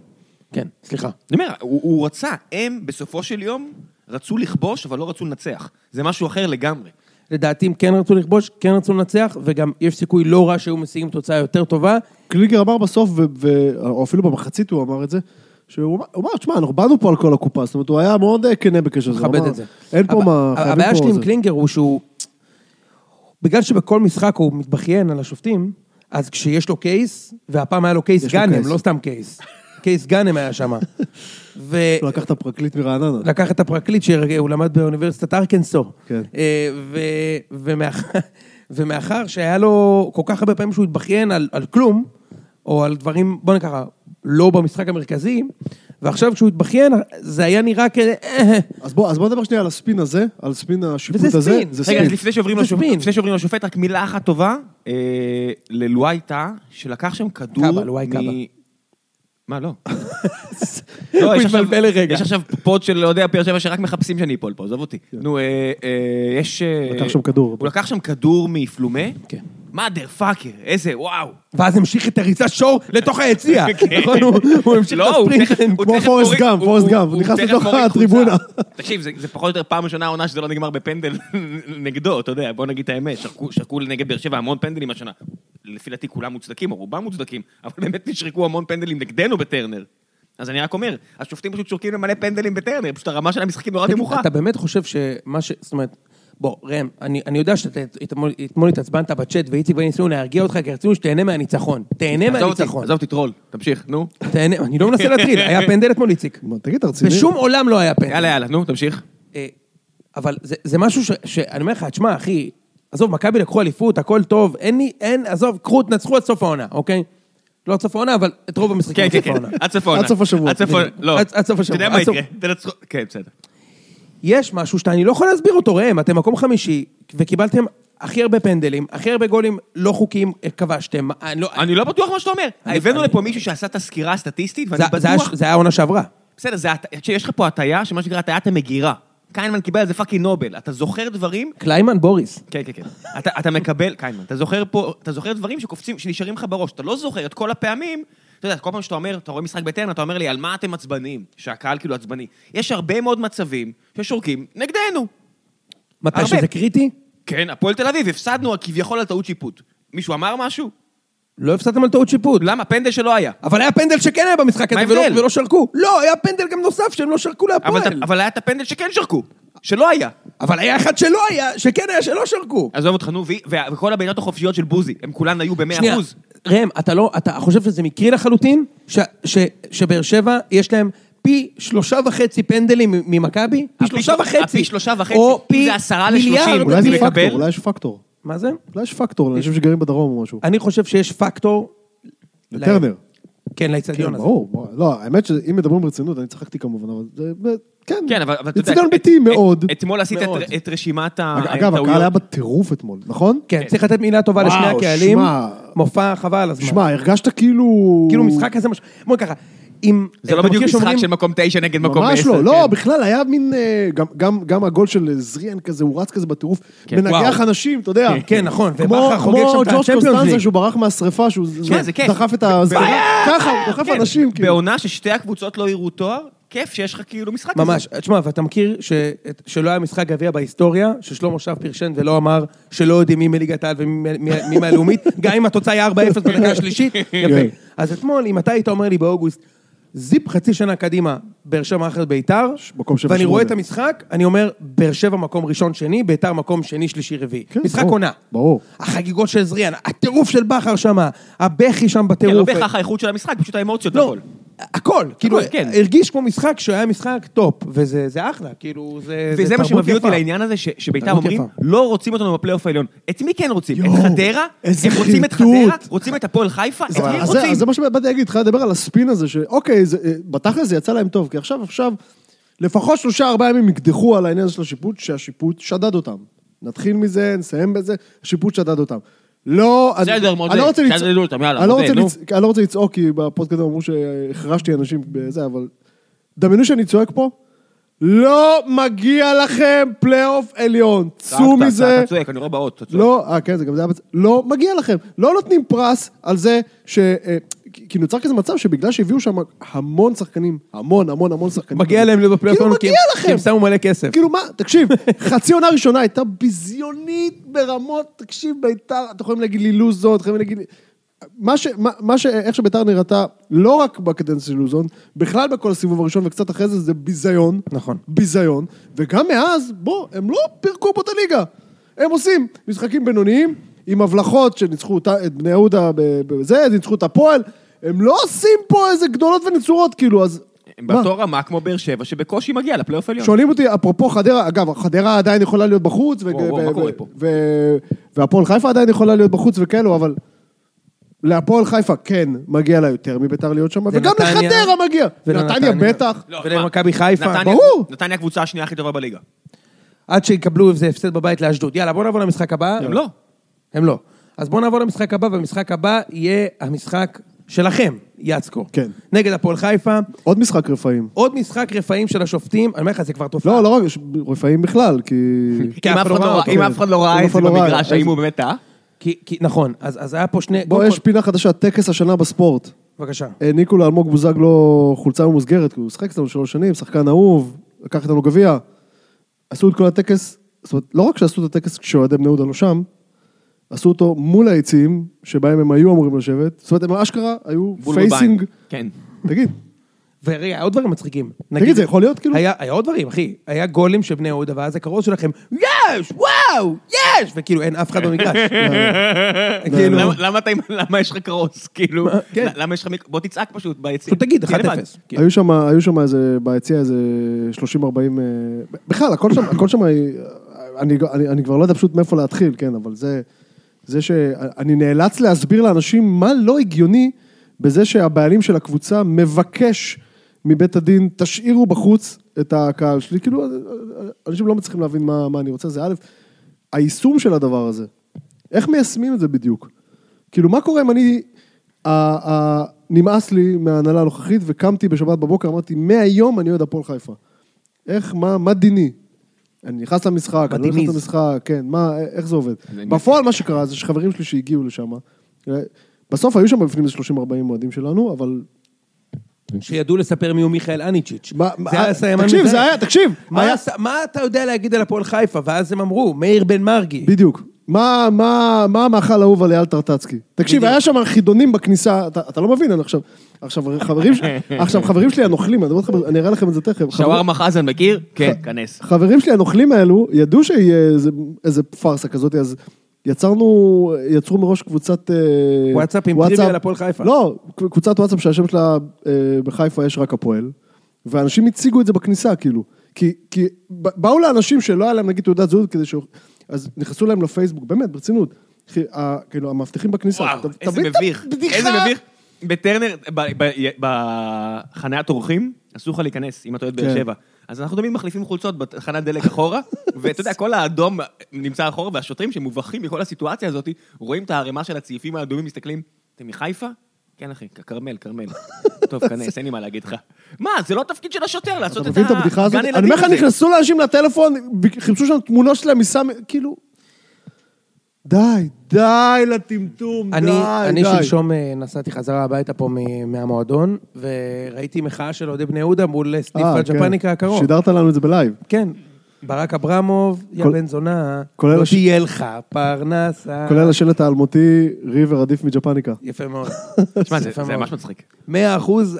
S3: כן, סליחה.
S1: אני אומר, הוא, הוא רצה, הם בסופו של יום רצו לכבוש, אבל לא רצו לנצח. זה משהו אחר לגמרי.
S3: לדעתי הם כן רצו לכבוש, כן רצו לנצח, וגם יש סיכוי לא רע שהיו משיגים תוצאה יותר טובה.
S2: קליגר אמר בסוף, ו- ו- או אפילו במחצית הוא אמר את זה, שהוא אמר- הוא אמר, תשמע, אנחנו באנו פה על כל הקופה, זאת אומרת, הוא היה מאוד אה, כנה בקשר לזה. הוא
S3: מכבד
S2: אמר,
S3: את זה.
S2: אין פה
S3: הב-
S2: מה, חייבים פה...
S3: הבעיה שלי עם
S2: זה."
S3: קלינגר הוא שהוא... בגלל שבכל משחק הוא מתבכיין על השופטים, אז כשיש לו קייס, והפעם היה לו קייס
S2: יש לו
S3: גאנם,
S2: קייס.
S3: לא סתם קייס. קייס גאנם היה שם.
S2: הוא לקח את הפרקליט מרעננה.
S3: לקח את הפרקליט שהוא למד באוניברסיטת ארקנסו.
S2: כן.
S3: אה, ו, ומאח- ומאחר שהיה לו כל כך הרבה פעמים שהוא התבכיין על, על כלום, או על דברים, בוא נקרא, לא במשחק המרכזי, ועכשיו כשהוא התבכיין, זה היה נראה כזה... "אה,
S2: אז בוא, אז בוא נדבר שנייה על הספין הזה, על ספין השיפוט
S3: וזה
S2: הזה.
S3: ספין.
S2: זה
S1: רגע,
S2: ספין.
S1: אז לפני שעוברים
S3: זה
S1: לשופט-
S3: ספין.
S1: לפני שעוברים לשופט, רק מילה אחת טובה אה, ללואי טאה, שלקח שם כדור
S3: קאבה, לואי קאבה.
S1: מה, לא.
S3: הוא
S1: יש עכשיו-
S3: התבלבל לרגע.
S1: יש עכשיו פוד של אוהדי הפועל שבע שרק מחפשים שאני אפול פה, עזוב אותי.
S3: כן.
S1: נו, אה, אה, יש... אה,
S2: לקח שם כדור.
S1: הוא לקח שם כדור מפלומה.
S3: אוקיי. כן.
S1: מאדר פאקר, איזה וואו.
S3: ואז המשיך את הריצה שור לתוך היציע. נכון, הוא- הוא המשיך
S1: כן.
S3: את
S1: לא, הוא תכף-
S3: הספרינט.
S1: הוא
S2: כמו
S1: תכף
S2: פורסט
S1: מוריד-
S2: גאמפ,
S1: הוא-
S2: פורסט
S1: הוא-
S2: גאמפ,
S1: הוא
S2: נכנס
S1: תכף
S2: לתוך
S1: מוריד חולצה.
S2: הטריבונה.
S1: תקשיב, זה זה פחות או יותר פעם ראשונה העונה שזה לא נגמר בפנדל נגדו, אתה יודע, בוא נגיד את האמת, שרקו- שרקו נגד באר שבע המון פנדלים השנה. לפי דעתי כולם מוצדקים, או רובם מוצדקים, אבל באמת נשרקו המון פנדלים נגדנו בטרנר. אז אני רק אומר, השופטים פשוט שורקים למלא פנדלים בטרנר, פשוט הרמה של המשחקים נורא
S3: תגיד,
S1: נמוכה.
S3: אתה באמת חושב שמה ש... זאת אומרת, בוא, ראם, אני, אני יודע שאתה אתמול- אתמול התעצבנת בצ'אט ואיציק ואני ניסינו להרגיע אותך, כי רצינו שתהנה מהניצחון. תהנה
S1: עזוב אותי,
S3: מהניצחון.
S1: עזוב אותי, טרול, תמשיך, נו.
S3: תהנה, אני לא מנסה להטריל, היה פנדל אתמול, איציק.
S2: מה, תגיד, אתה רציני?
S3: בשום עולם לא היה פנדל.
S1: יאללה, יאללה, נו, תמשיך.
S3: אה, אבל זה, זה משהו ש, שאני אומר לך, תשמע, אחי, עזוב, מכבי לקחו אליפות, הכל טוב, אין לי, אין, עזוב, קחו, תנצחו עד סוף העונה, אוקיי? לא עד סוף העונה, אבל את רוב המשחקים
S1: כן,
S3: עד
S1: כן,
S3: סוף
S1: כן,
S3: העונה.
S1: עד סוף העונה.
S2: עד סוף השבוע.
S1: עד סוף העונה, לא.
S3: עד- עד סוף
S1: אתה יודע
S3: השבוע,
S1: מה
S3: עד סוף-
S1: יקרה, תנצחו, כן, בסדר.
S3: יש משהו שאני לא יכול להסביר אותו, ראם, אתם מקום חמישי, וקיבלתם הכי הרבה פנדלים, הכי הרבה גולים לא חוקיים אה, כבשתם. אני לא...
S1: אני לא בטוח מה שאתה אומר.
S3: אני-
S1: הבאנו
S3: אני-
S1: לפה מישהו שעשה את הסקירה הסטטיסטית, ואני
S3: זה- זה היה-
S1: בטוח...
S3: זה היה העונה שעברה.
S1: בסדר, זה הט- תקשיב, יש לך פה הטיה, שמה שנקרא הטיית המגירה. קיינמן קיבל על זה פאקינג נובל. אתה זוכר דברים...
S3: קליימן בוריס.
S1: כן, כן, כן. אתה, אתה מקבל, קיינמן, אתה זוכר פה, אתה זוכר דברים שקופצים, שנשארים לך בראש. אתה לא זוכר את כל הפעמים, אתה יודע, כל פעם שאתה אומר, אתה רואה משחק בטרנר, אתה אומר לי, על מה אתם עצבניים? שהקהל כאילו עצבני. יש הרבה מאוד מצבים ששורקים נגדנו.
S3: מתי
S1: הרבה.
S3: שזה קריטי?
S1: כן, הפועל תל אביב, הפסדנו כביכול על טעות שיפוט. מישהו אמר משהו?
S3: לא הפסדתם על טעות שיפוט.
S1: למה? פנדל שלא היה.
S3: אבל היה פנדל שכן היה במשחק
S1: מה
S3: הזה ולא-
S1: ההבדל?
S3: ולא שרקו. לא, היה פנדל גם נוסף שהם לא שרקו
S1: אבל, אתה,
S3: להפועל.
S1: אבל היה את הפנדל שכן שרקו, שלא היה.
S3: אבל היה אחד שלא היה, שכן היה שלא שרקו.
S1: עזוב אותך, נו, ו- וה- וכל הבעיטות החופשיות של בוזי, הם כולן היו במאה
S3: שנייה,
S1: אחוז.
S3: ראם, אתה לא, אתה חושב שזה מקרי לחלוטין? ש- ש- שבאר שבע יש להם פי שלושה וחצי פנדלים מ- ממכבי? פי
S1: הפי
S3: שלושה
S1: של-
S3: וחצי.
S1: הפי שלושה וחצי,
S3: או
S1: אם
S3: פי
S1: זה עשרה
S3: מיליארד
S1: לשלושים,
S2: אולי זה
S1: אני מקבל.
S2: פקטור, אולי יש פקטור.
S3: מה זה?
S2: אולי יש פקטור לאנשים שגרים בדרום או משהו.
S3: אני חושב שיש פקטור... ל-
S2: לטרנר.
S3: כן,
S2: כן,
S3: לאצטדיון הזה.
S2: ברור. ברור. לא, האמת שאם מדברים ברצינות, אני צחקתי כמובן, אבל זה... ב- כן.
S1: כן, אבל אבל אתה יודע...
S2: אצטדיון
S1: את-
S2: ביתי
S1: את-
S2: מאוד.
S1: אתמול עשית את- אה,
S3: מאוד.
S1: את רשימת ה-
S2: אגב, הקהל היה בטירוף אתמול, נכון?
S3: כן, צריך לתת מילה טובה
S2: וואו,
S3: לשני הקהלים.
S2: שמע.
S3: מופע חבל על הזמן.
S2: שמע, הרגשת כאילו...
S3: כאילו משחק כזה משהו... בואי ככה, אם...
S1: זה לא
S3: אתה
S1: בדיוק
S3: מכיר
S1: משחק
S3: שאומרים-
S1: של מקום תשע נגד מקום
S2: ממש
S1: עשר.
S2: לא, לא,
S1: כן.
S2: בכלל היה מין, אה, גם- גם- גם הגול של אה, זריאן כזה, הוא רץ כזה בטירוף,
S1: כן.
S2: מנגח
S3: וואו.
S2: אנשים, אתה יודע.
S3: כן, נכון,
S2: כמו-
S3: ובכר חוגג שם
S2: כמו
S3: את
S2: ג'וש
S3: ה-Champions
S2: קוסטנזה
S3: League.
S2: שהוא ברח מהשרפה, שהוא
S1: שמע, זה כיף.
S2: דחף את ה... ככה, הוא דוחף
S1: כן,
S2: אנשים, כאילו.
S1: בעונה ששתי הקבוצות לא יראו תואר, כיף שיש לך כאילו משחק כזה.
S3: ממש. אה, תשמע, ואתה מכיר ש... את- שלא היה משחק גביע בהיסטוריה, ששלמה שב פרשן ולא אמר שלא יודעים מי מליגת העל ומי מי- מי מהלאומית, גם אם התוצאה היא 4-0 בדקה השלישית,
S2: כן.
S3: יפה. אז אתמול, אם אתה היית אומר לי באוגוסט, זיפ חצי שנה קדימה, באר שבע מאחרת ביתר,
S2: מקום שבע,
S3: ואני רואה את
S2: שמונה.
S3: המשחק, אני אומר, באר שבע מקום ראשון שני, ביתר מקום שני שלישי רביעי.
S2: כן,
S3: משחק
S2: ברור,
S3: עונה.
S2: ברור.
S3: החגיגות של זריאן, הטירוף של בכר שמה, הבכי שם
S1: כן,
S3: בטירוף.
S1: לא בהכרח האיכות של המשחק, פשוט האמוציות
S3: לא,
S1: והכל.
S3: הכל, כאילו,
S1: כן.
S3: הרגיש כמו משחק שהיה משחק טופ, וזה זה אחלה, כאילו, זה זה
S1: וזה מה
S3: תרבות
S1: שמביא אותי
S3: יפה.
S1: לעניין הזה, ש- שביתר
S3: תרבות
S1: אומרים,
S3: יפה.
S1: לא רוצים אותנו בפלייאוף העליון. את מי כן רוצים? את
S2: יואו,
S1: חדרה?
S2: איזה
S1: הם רוצים את
S2: חרטוט.
S1: חדרה? רוצים את הפועל חיפה? את מי הם
S2: אז זה-
S1: רוצים?
S2: אז זה מה שבאתי להגיד, התחלתי לדבר על הספין הזה, שאוקיי, זה- אה, בתכל'ס זה יצא להם טוב, כי עכשיו, עכשיו, לפחות שלושה ארבעה ימים יקדחו על העניין הזה של השיפוט, שהשיפוט שדד אותם. נתחיל מזה, נסיים בזה, השיפוט שדד אותם. לא, אני-
S1: בסדר, מודה,
S2: אני לא רוצה לצעוק-
S1: שדדו אותם, יאללה,
S2: אני לא
S1: מודה,
S2: רוצה
S1: נו.
S2: לצ- אני לא רוצה לצעוק, כי בפודקאסט אמרו שהחרשתי אנשים בזה, אבל... דמיינו שאני צועק פה, לא מגיע לכם פלייאוף עליון. צאו
S1: צעקת,
S2: מזה.
S1: צעקת, צועק, אני רואה באות, אתה צועק.
S2: לא, אה, כן, זה גם זה היה... בצ- לא, מגיע לכם. לא נותנים פרס על זה ש... אה, כי כי נוצר כזה מצב שבגלל שהביאו שם המון שחקנים, המון, המון, המון שחקנים.
S3: מגיע להם להיות בפלייאוף
S2: כאילו,
S3: העליון, כי
S2: מגיע
S3: הם- כי
S2: לכם.
S3: הם שמו מלא כסף.
S2: כאילו, מה, תקשיב, חצי עונה ראשונה הייתה ביזיונית ברמות, תקשיב, בית"ר, אתם יכולים להגיד לי לוזון, אתם יכולים להגיד לי... מה ש... מה, מה ש... איך שביתר נראתה, לא רק בקדנציה של לוזון, בכלל בכל הסיבוב הראשון וקצת אחרי זה, זה ביזיון.
S3: נכון.
S2: ביזיון. וגם מאז, בוא, הם לא פירקו פה את הליגה. הם עושים משחקים בינוניים, עם הבלחות שניצחו אותה- את בני יהודה ב- בזה, ניצחו את הפועל. הם לא עושים פה איזה גדולות ונצורות, כאילו, אז...
S1: הם
S2: מה?
S1: באותו רמה כמו באר שבע, שבקושי מגיע לפלייאוף עליון.
S2: שואלים אותי, אפרופו חדרה, אגב, חדרה עדיין יכולה להיות בחוץ, ו-
S1: וואו, וואו,
S2: ו-
S1: מה
S2: ו-
S1: קורה פה?
S2: ו- והפועל חיפה עדיין יכולה להיות בחוץ וכאלו, אבל להפועל חיפה כן מגיע לה יותר מביתר להיות שם, וגם
S3: ונתניה-
S2: לחדרה מגיע.
S3: ולנתניה.
S2: נתניה בטח.
S1: לא,
S3: ולמכבי חיפה,
S1: נתניה-
S2: ברור.
S1: נתניה הקבוצה השנייה הכי טובה בליגה.
S3: עד שיקבלו איזה הפסד בבית לאשדוד. יאללה, בואו נעבור למשחק הבא.
S1: הם לא.
S3: הם לא. אז בואו נעבור למשחק הבא, והמשחק הבא יהיה המשחק שלכם, יצקו.
S2: כן.
S3: נגד הפועל חיפה.
S2: עוד משחק רפאים.
S3: עוד משחק רפאים של השופטים, אני אומר לך, זה כבר תופעה.
S2: לא, לא רק ש- רפאים בכלל, כי...
S3: כי
S2: כן,
S1: אם
S3: אף
S1: אף
S3: אחד לא
S1: אחד לא
S3: ראה
S1: ראה-
S3: אותו.
S1: אם אף אחד לא ראה
S2: אם
S1: את
S2: אף
S1: זה
S2: אחד לא ראה,
S1: במגרש,
S2: אז-
S1: האם הוא באמת אה? טעה?
S3: כי, כי, נכון, אז, אז היה פה שני...
S2: בוא,
S3: קודם
S2: יש
S3: כל-
S2: פינה חדשה, טקס השנה בספורט.
S3: בבקשה.
S2: העניקו לאלמוג אה, בוזגלו לא חולצה ממוסגרת, כי הוא שיחק אצלנו שלוש שנים, שחקן אהוב, לקח איתנו גביע. עשו את כל הטקס, זאת אומרת, לא רק שעשו את הטקס כשאוהדי בני יהודה לא שם, עשו אותו מול העצים, שבהם הם היו אמורים לשבת. זאת אומרת, הם אשכרה היו
S1: בול בול
S2: פייסינג...
S1: בעין. כן.
S2: תגיד,
S3: ורגע, היה עוד דברים מצחיקים.
S2: תגיד, זה יכול להיות כאילו?
S3: היה, היה עוד דברים, אחי. היה גולים של בני יהודה, ואז הכרוז שלכם, יש! וואו! יש! וכאילו, אין אף אחד במגרש.
S2: לא,
S3: כאילו...
S1: למה- למה אתה עם- למה יש לך קרוס? כאילו,
S3: כן.
S1: למה יש לך מיק... בוא תצעק פשוט ביציע.
S3: פשוט תגיד, 1-0.
S1: תהיה לבד.
S3: כאילו.
S2: היו שם, היו שם איזה, ביציע איזה 30-40, אה, בכלל, הכל שם, הכל שם, אה, אני, אני, אני כבר לא יודע פשוט מאיפה להתחיל, כן, אבל זה, זה שאני נאלץ להסביר לאנשים מה לא הגיוני בזה שהבעלים של הקבוצה מבקש מבית הדין, תשאירו בחוץ את הקהל שלי, כאילו, אנשים לא מצליחים להבין מה, מה אני רוצה, זה א', היישום של הדבר הזה, איך מיישמים את זה בדיוק? כאילו, מה קורה אם אני... ה- ה- נמאס לי מההנהלה הנוכחית, וקמתי בשבת בבוקר, אמרתי, מהיום אני אוהד הפועל חיפה. איך, מה, מה דיני? אני נכנס למשחק, אני לא נכנס
S3: בדיניז.
S2: למשחק, כן, מה, איך זה עובד?
S1: זה
S2: בפועל מה שקרה זה שחברים שלי שהגיעו לשם, אה, בסוף היו שם בפנים איזה 30-40 אוהדים שלנו, אבל...
S3: שידעו לספר מיהו מיכאל אניצ'יץ'.
S2: לא. מה- מה- אה,
S3: זה היה סיימן
S2: תקשיב,
S3: מזהה.
S2: זה היה, תקשיב!
S3: מה
S2: היה-
S3: עשה- מה אתה יודע להגיד על הפועל חיפה? ואז הם אמרו, מאיר בן מרגי.
S2: בדיוק. מה, מה, מה המאכל האהוב על אייל טרטצקי? תקשיב,
S3: בדיוק.
S2: היה שם חידונים בכניסה, אתה, אתה לא מבין, אני עכשיו... עכשיו, חברים, ש- עכשיו, חברים שלי הנוכלים, אני, אומר לכם- אני אראה לכם את זה תכף.
S1: שווארמה חזן מכיר? כן, כנס.
S2: חברים שלי הנוכלים האלו ידעו שיהיה איזה, איזה פארסה כזאת, אז יצרנו, יצרו מראש קבוצת... אה,
S3: וואטסאפ עם טריוויה להפועל חיפה.
S2: לא, קבוצת וואטסאפ שהשם שלה אה, בחיפה יש רק הפועל, ואנשים הציגו את זה בכניסה, כאילו. כי, כי ב- באו לאנשים שלא היה להם נגיד תעודת זהות כדי ש... אז נכנסו להם לפייסבוק, באמת, ברצינות. אחי, ה- כאילו, המאבטחים בכניסה.
S1: וואו,
S2: אתה-
S1: איזה
S2: תבין את
S1: מביך.
S2: הבדיחה.
S1: איזה מביך. בטרנר, ב- ב- בחניית אורחים, אסור לך להיכנס, אם אתה אוהד באר
S2: כן.
S1: שבע. אז אנחנו תמיד מחליפים חולצות בתחנת דלק אחורה, ואתה יודע, כל האדום נמצא אחורה, והשוטרים שמובכים מכל הסיטואציה הזאת, רואים את הערימה של הצעיפים האדומים, מסתכלים, אתם מחיפה? כן, אחי, כרמל, כרמל. טוב, כנס, אין לי מה להגיד לך. מה, זה לא תפקיד של השוטר לעשות את
S2: אתה
S1: ה-
S2: מבין את הבדיחה הזאת?
S1: גן
S2: אני אומר לך,
S1: ילדים הזה.
S2: נכנסו לאנשים לטלפון, חיפשו שם תמונות שלהם מסמי, כאילו... די, די לטמטום, די,
S3: אני,
S2: די.
S3: אני שלשום אה, נסעתי חזרה הביתה פה מ- מהמועדון, וראיתי מחאה של אוהדי בני יהודה מול סטיב
S2: אה,
S3: הג'פניקה
S2: כן.
S3: הקרוב.
S2: שידרת לנו את זה בלייב.
S3: כן. ברק אברמוב, יא
S2: כל-
S3: בן זונה,
S2: כולל
S3: לא
S2: הש-
S3: תהיה לך פרנסה.
S2: כולל השלט האלמותי, ריבר עדיף מג'פניקה.
S3: יפה מאוד.
S1: תשמע, זה
S3: יפה
S1: זה
S3: מאוד.
S1: ממש מצחיק.
S3: 100%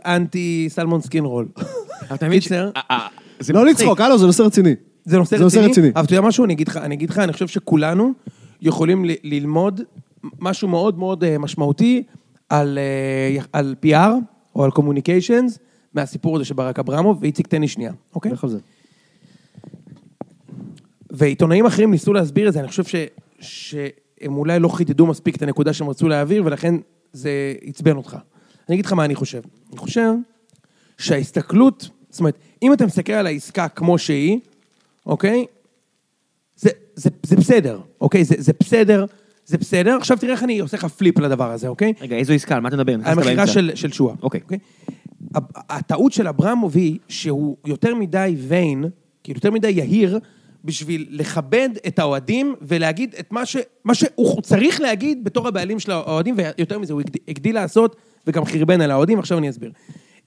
S3: אנטי סלמון סקין רול.
S1: אבל אתה מבין ש-
S3: קיצר,
S1: אה, אה, זה
S2: לא
S1: מצחיק.
S2: לצחוק, הלו, זה נושא רציני.
S3: זה נושא
S2: זה נושא
S3: רציני,
S2: רציני.
S3: אבל אתה יודע משהו? אני אגיד לך, אני אגיד לך, אני חושב שכולנו יכולים ל- ללמוד משהו מאוד מאוד אה, משמעותי על, אה, על PR או על קומוניקיישנס מהסיפור הזה של ברק אברמוב, ואיציק תן לי שנייה, אוקיי?
S2: לך על זה.
S3: ועיתונאים אחרים ניסו להסביר את זה, אני חושב ש, שהם אולי לא חידדו מספיק את הנקודה שהם רצו להעביר, ולכן זה עצבן אותך. אני אגיד לך מה אני חושב. אני חושב שההסתכלות, זאת אומרת, אם אתה מסתכל על העסקה כמו שהיא, אוקיי? זה, זה, זה בסדר, אוקיי? זה, זה בסדר, זה בסדר. עכשיו תראה איך אני עושה לך פליפ לדבר הזה, אוקיי?
S1: רגע, איזו עסקה? על מה אתה מדבר? נכנסת
S3: המכירה
S1: באמצע.
S3: של, של שועה.
S1: אוקיי.
S3: הב- הטעות של אברמוב היא שהוא יותר מדי ויין, כאילו יותר מדי יהיר, בשביל לכבד את האוהדים ולהגיד את מה, ש, מה שהוא צריך להגיד בתור הבעלים של האוהדים, ויותר מזה, הוא הגדיל, הגדיל לעשות וגם חרבן על האוהדים, עכשיו אני אסביר.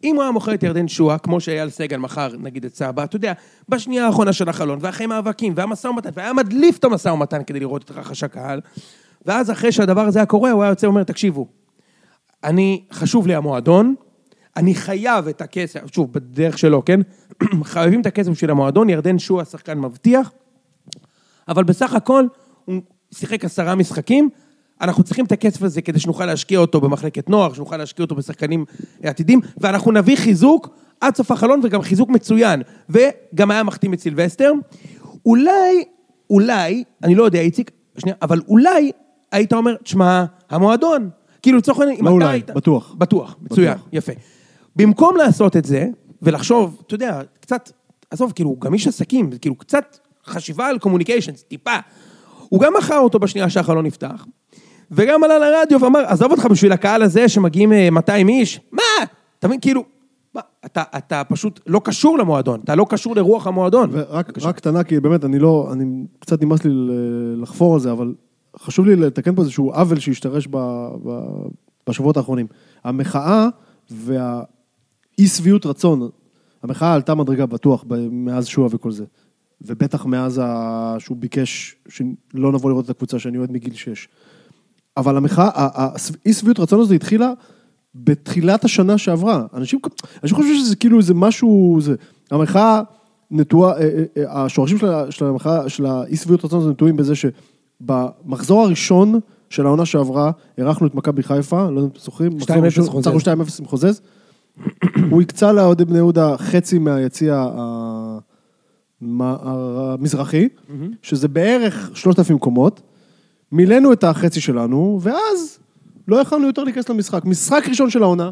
S3: אם הוא היה מוכר את ירדן שועה, כמו שאייל סגל מכר, נגיד, את סבא, אתה יודע, בשנייה האחרונה של החלון, ואחרי מאבקים, והמשא ומתן, והיה מדליף את המשא ומתן כדי לראות את רחש הקהל, ואז אחרי שהדבר הזה היה קורה, הוא היה יוצא ואומר, תקשיבו, אני, חשוב לי המועדון, אני חייב את הכסף, שוב, בדרך שלו, כן? חייבים את הכסף של המועדון, ירדן שועה שחקן מבטיח, אבל בסך הכל הוא שיחק עשרה משחקים. אנחנו צריכים את הכסף הזה כדי שנוכל להשקיע אותו במחלקת נוער, שנוכל להשקיע אותו בשחקנים עתידים, ואנחנו נביא חיזוק עד סוף החלון, וגם חיזוק מצוין. וגם היה מחתים את סילבסטר. אולי, אולי, אני לא יודע, איציק, שנייה, אבל אולי היית אומר, תשמע, המועדון. כאילו, לצורך העניין, אם
S2: לא
S3: אתה
S2: אולי,
S3: היית...
S2: בטוח.
S3: בטוח, מצוין,
S2: בטוח.
S3: יפה. במקום לעשות את זה, ולחשוב, אתה יודע, קצת, עזוב, כאילו, הוא גם איש עסקים, כאילו, קצת חשיבה על קומוניקיישן, טיפה. הוא גם מכר אותו בשנייה שהחלון נפתח, וגם עלה לרדיו ואמר, עזוב אותך בשביל הקהל הזה שמגיעים אה, 200 איש, מה? אתה מבין, כאילו, מה, אתה, אתה פשוט לא קשור למועדון, אתה לא קשור לרוח המועדון.
S2: ורק רק קטנה, כי באמת, אני לא, אני, קצת נמאס לי ל- לחפור על זה, אבל חשוב לי לתקן פה איזשהו עוול שהשתרש ב, ב, בשבועות האחרונים. המחאה והאי-שביעות רצון, המחאה עלתה מדרגה בטוח ב- מאז שועה וכל זה. ובטח מאז ה... שהוא ביקש שלא נבוא לראות את הקבוצה שאני אוהד מגיל שש. אבל המחאה, האי שביעות רצון הזו התחילה בתחילת השנה שעברה. אנשים, אנשים חושבים שזה כאילו איזה משהו, זה, המחאה נטועה, אה, אה, אה, השורשים של, ה- של המחאה, של האי שביעות רצון הזו נטועים בזה שבמחזור הראשון של העונה שעברה, אירחנו את מכבי חיפה, לא יודע אם אתם זוכרים,
S3: 2-0
S2: מחזור ראשון,
S3: חוזז.
S2: ניצחנו 2-0 עם חוזז. הוא הקצה לאוהדי בני יהודה חצי מהיציע ה- מה- המזרחי, שזה בערך 3,000 קומות. מילאנו את החצי שלנו, ואז לא יכלנו יותר להיכנס למשחק. משחק ראשון של העונה,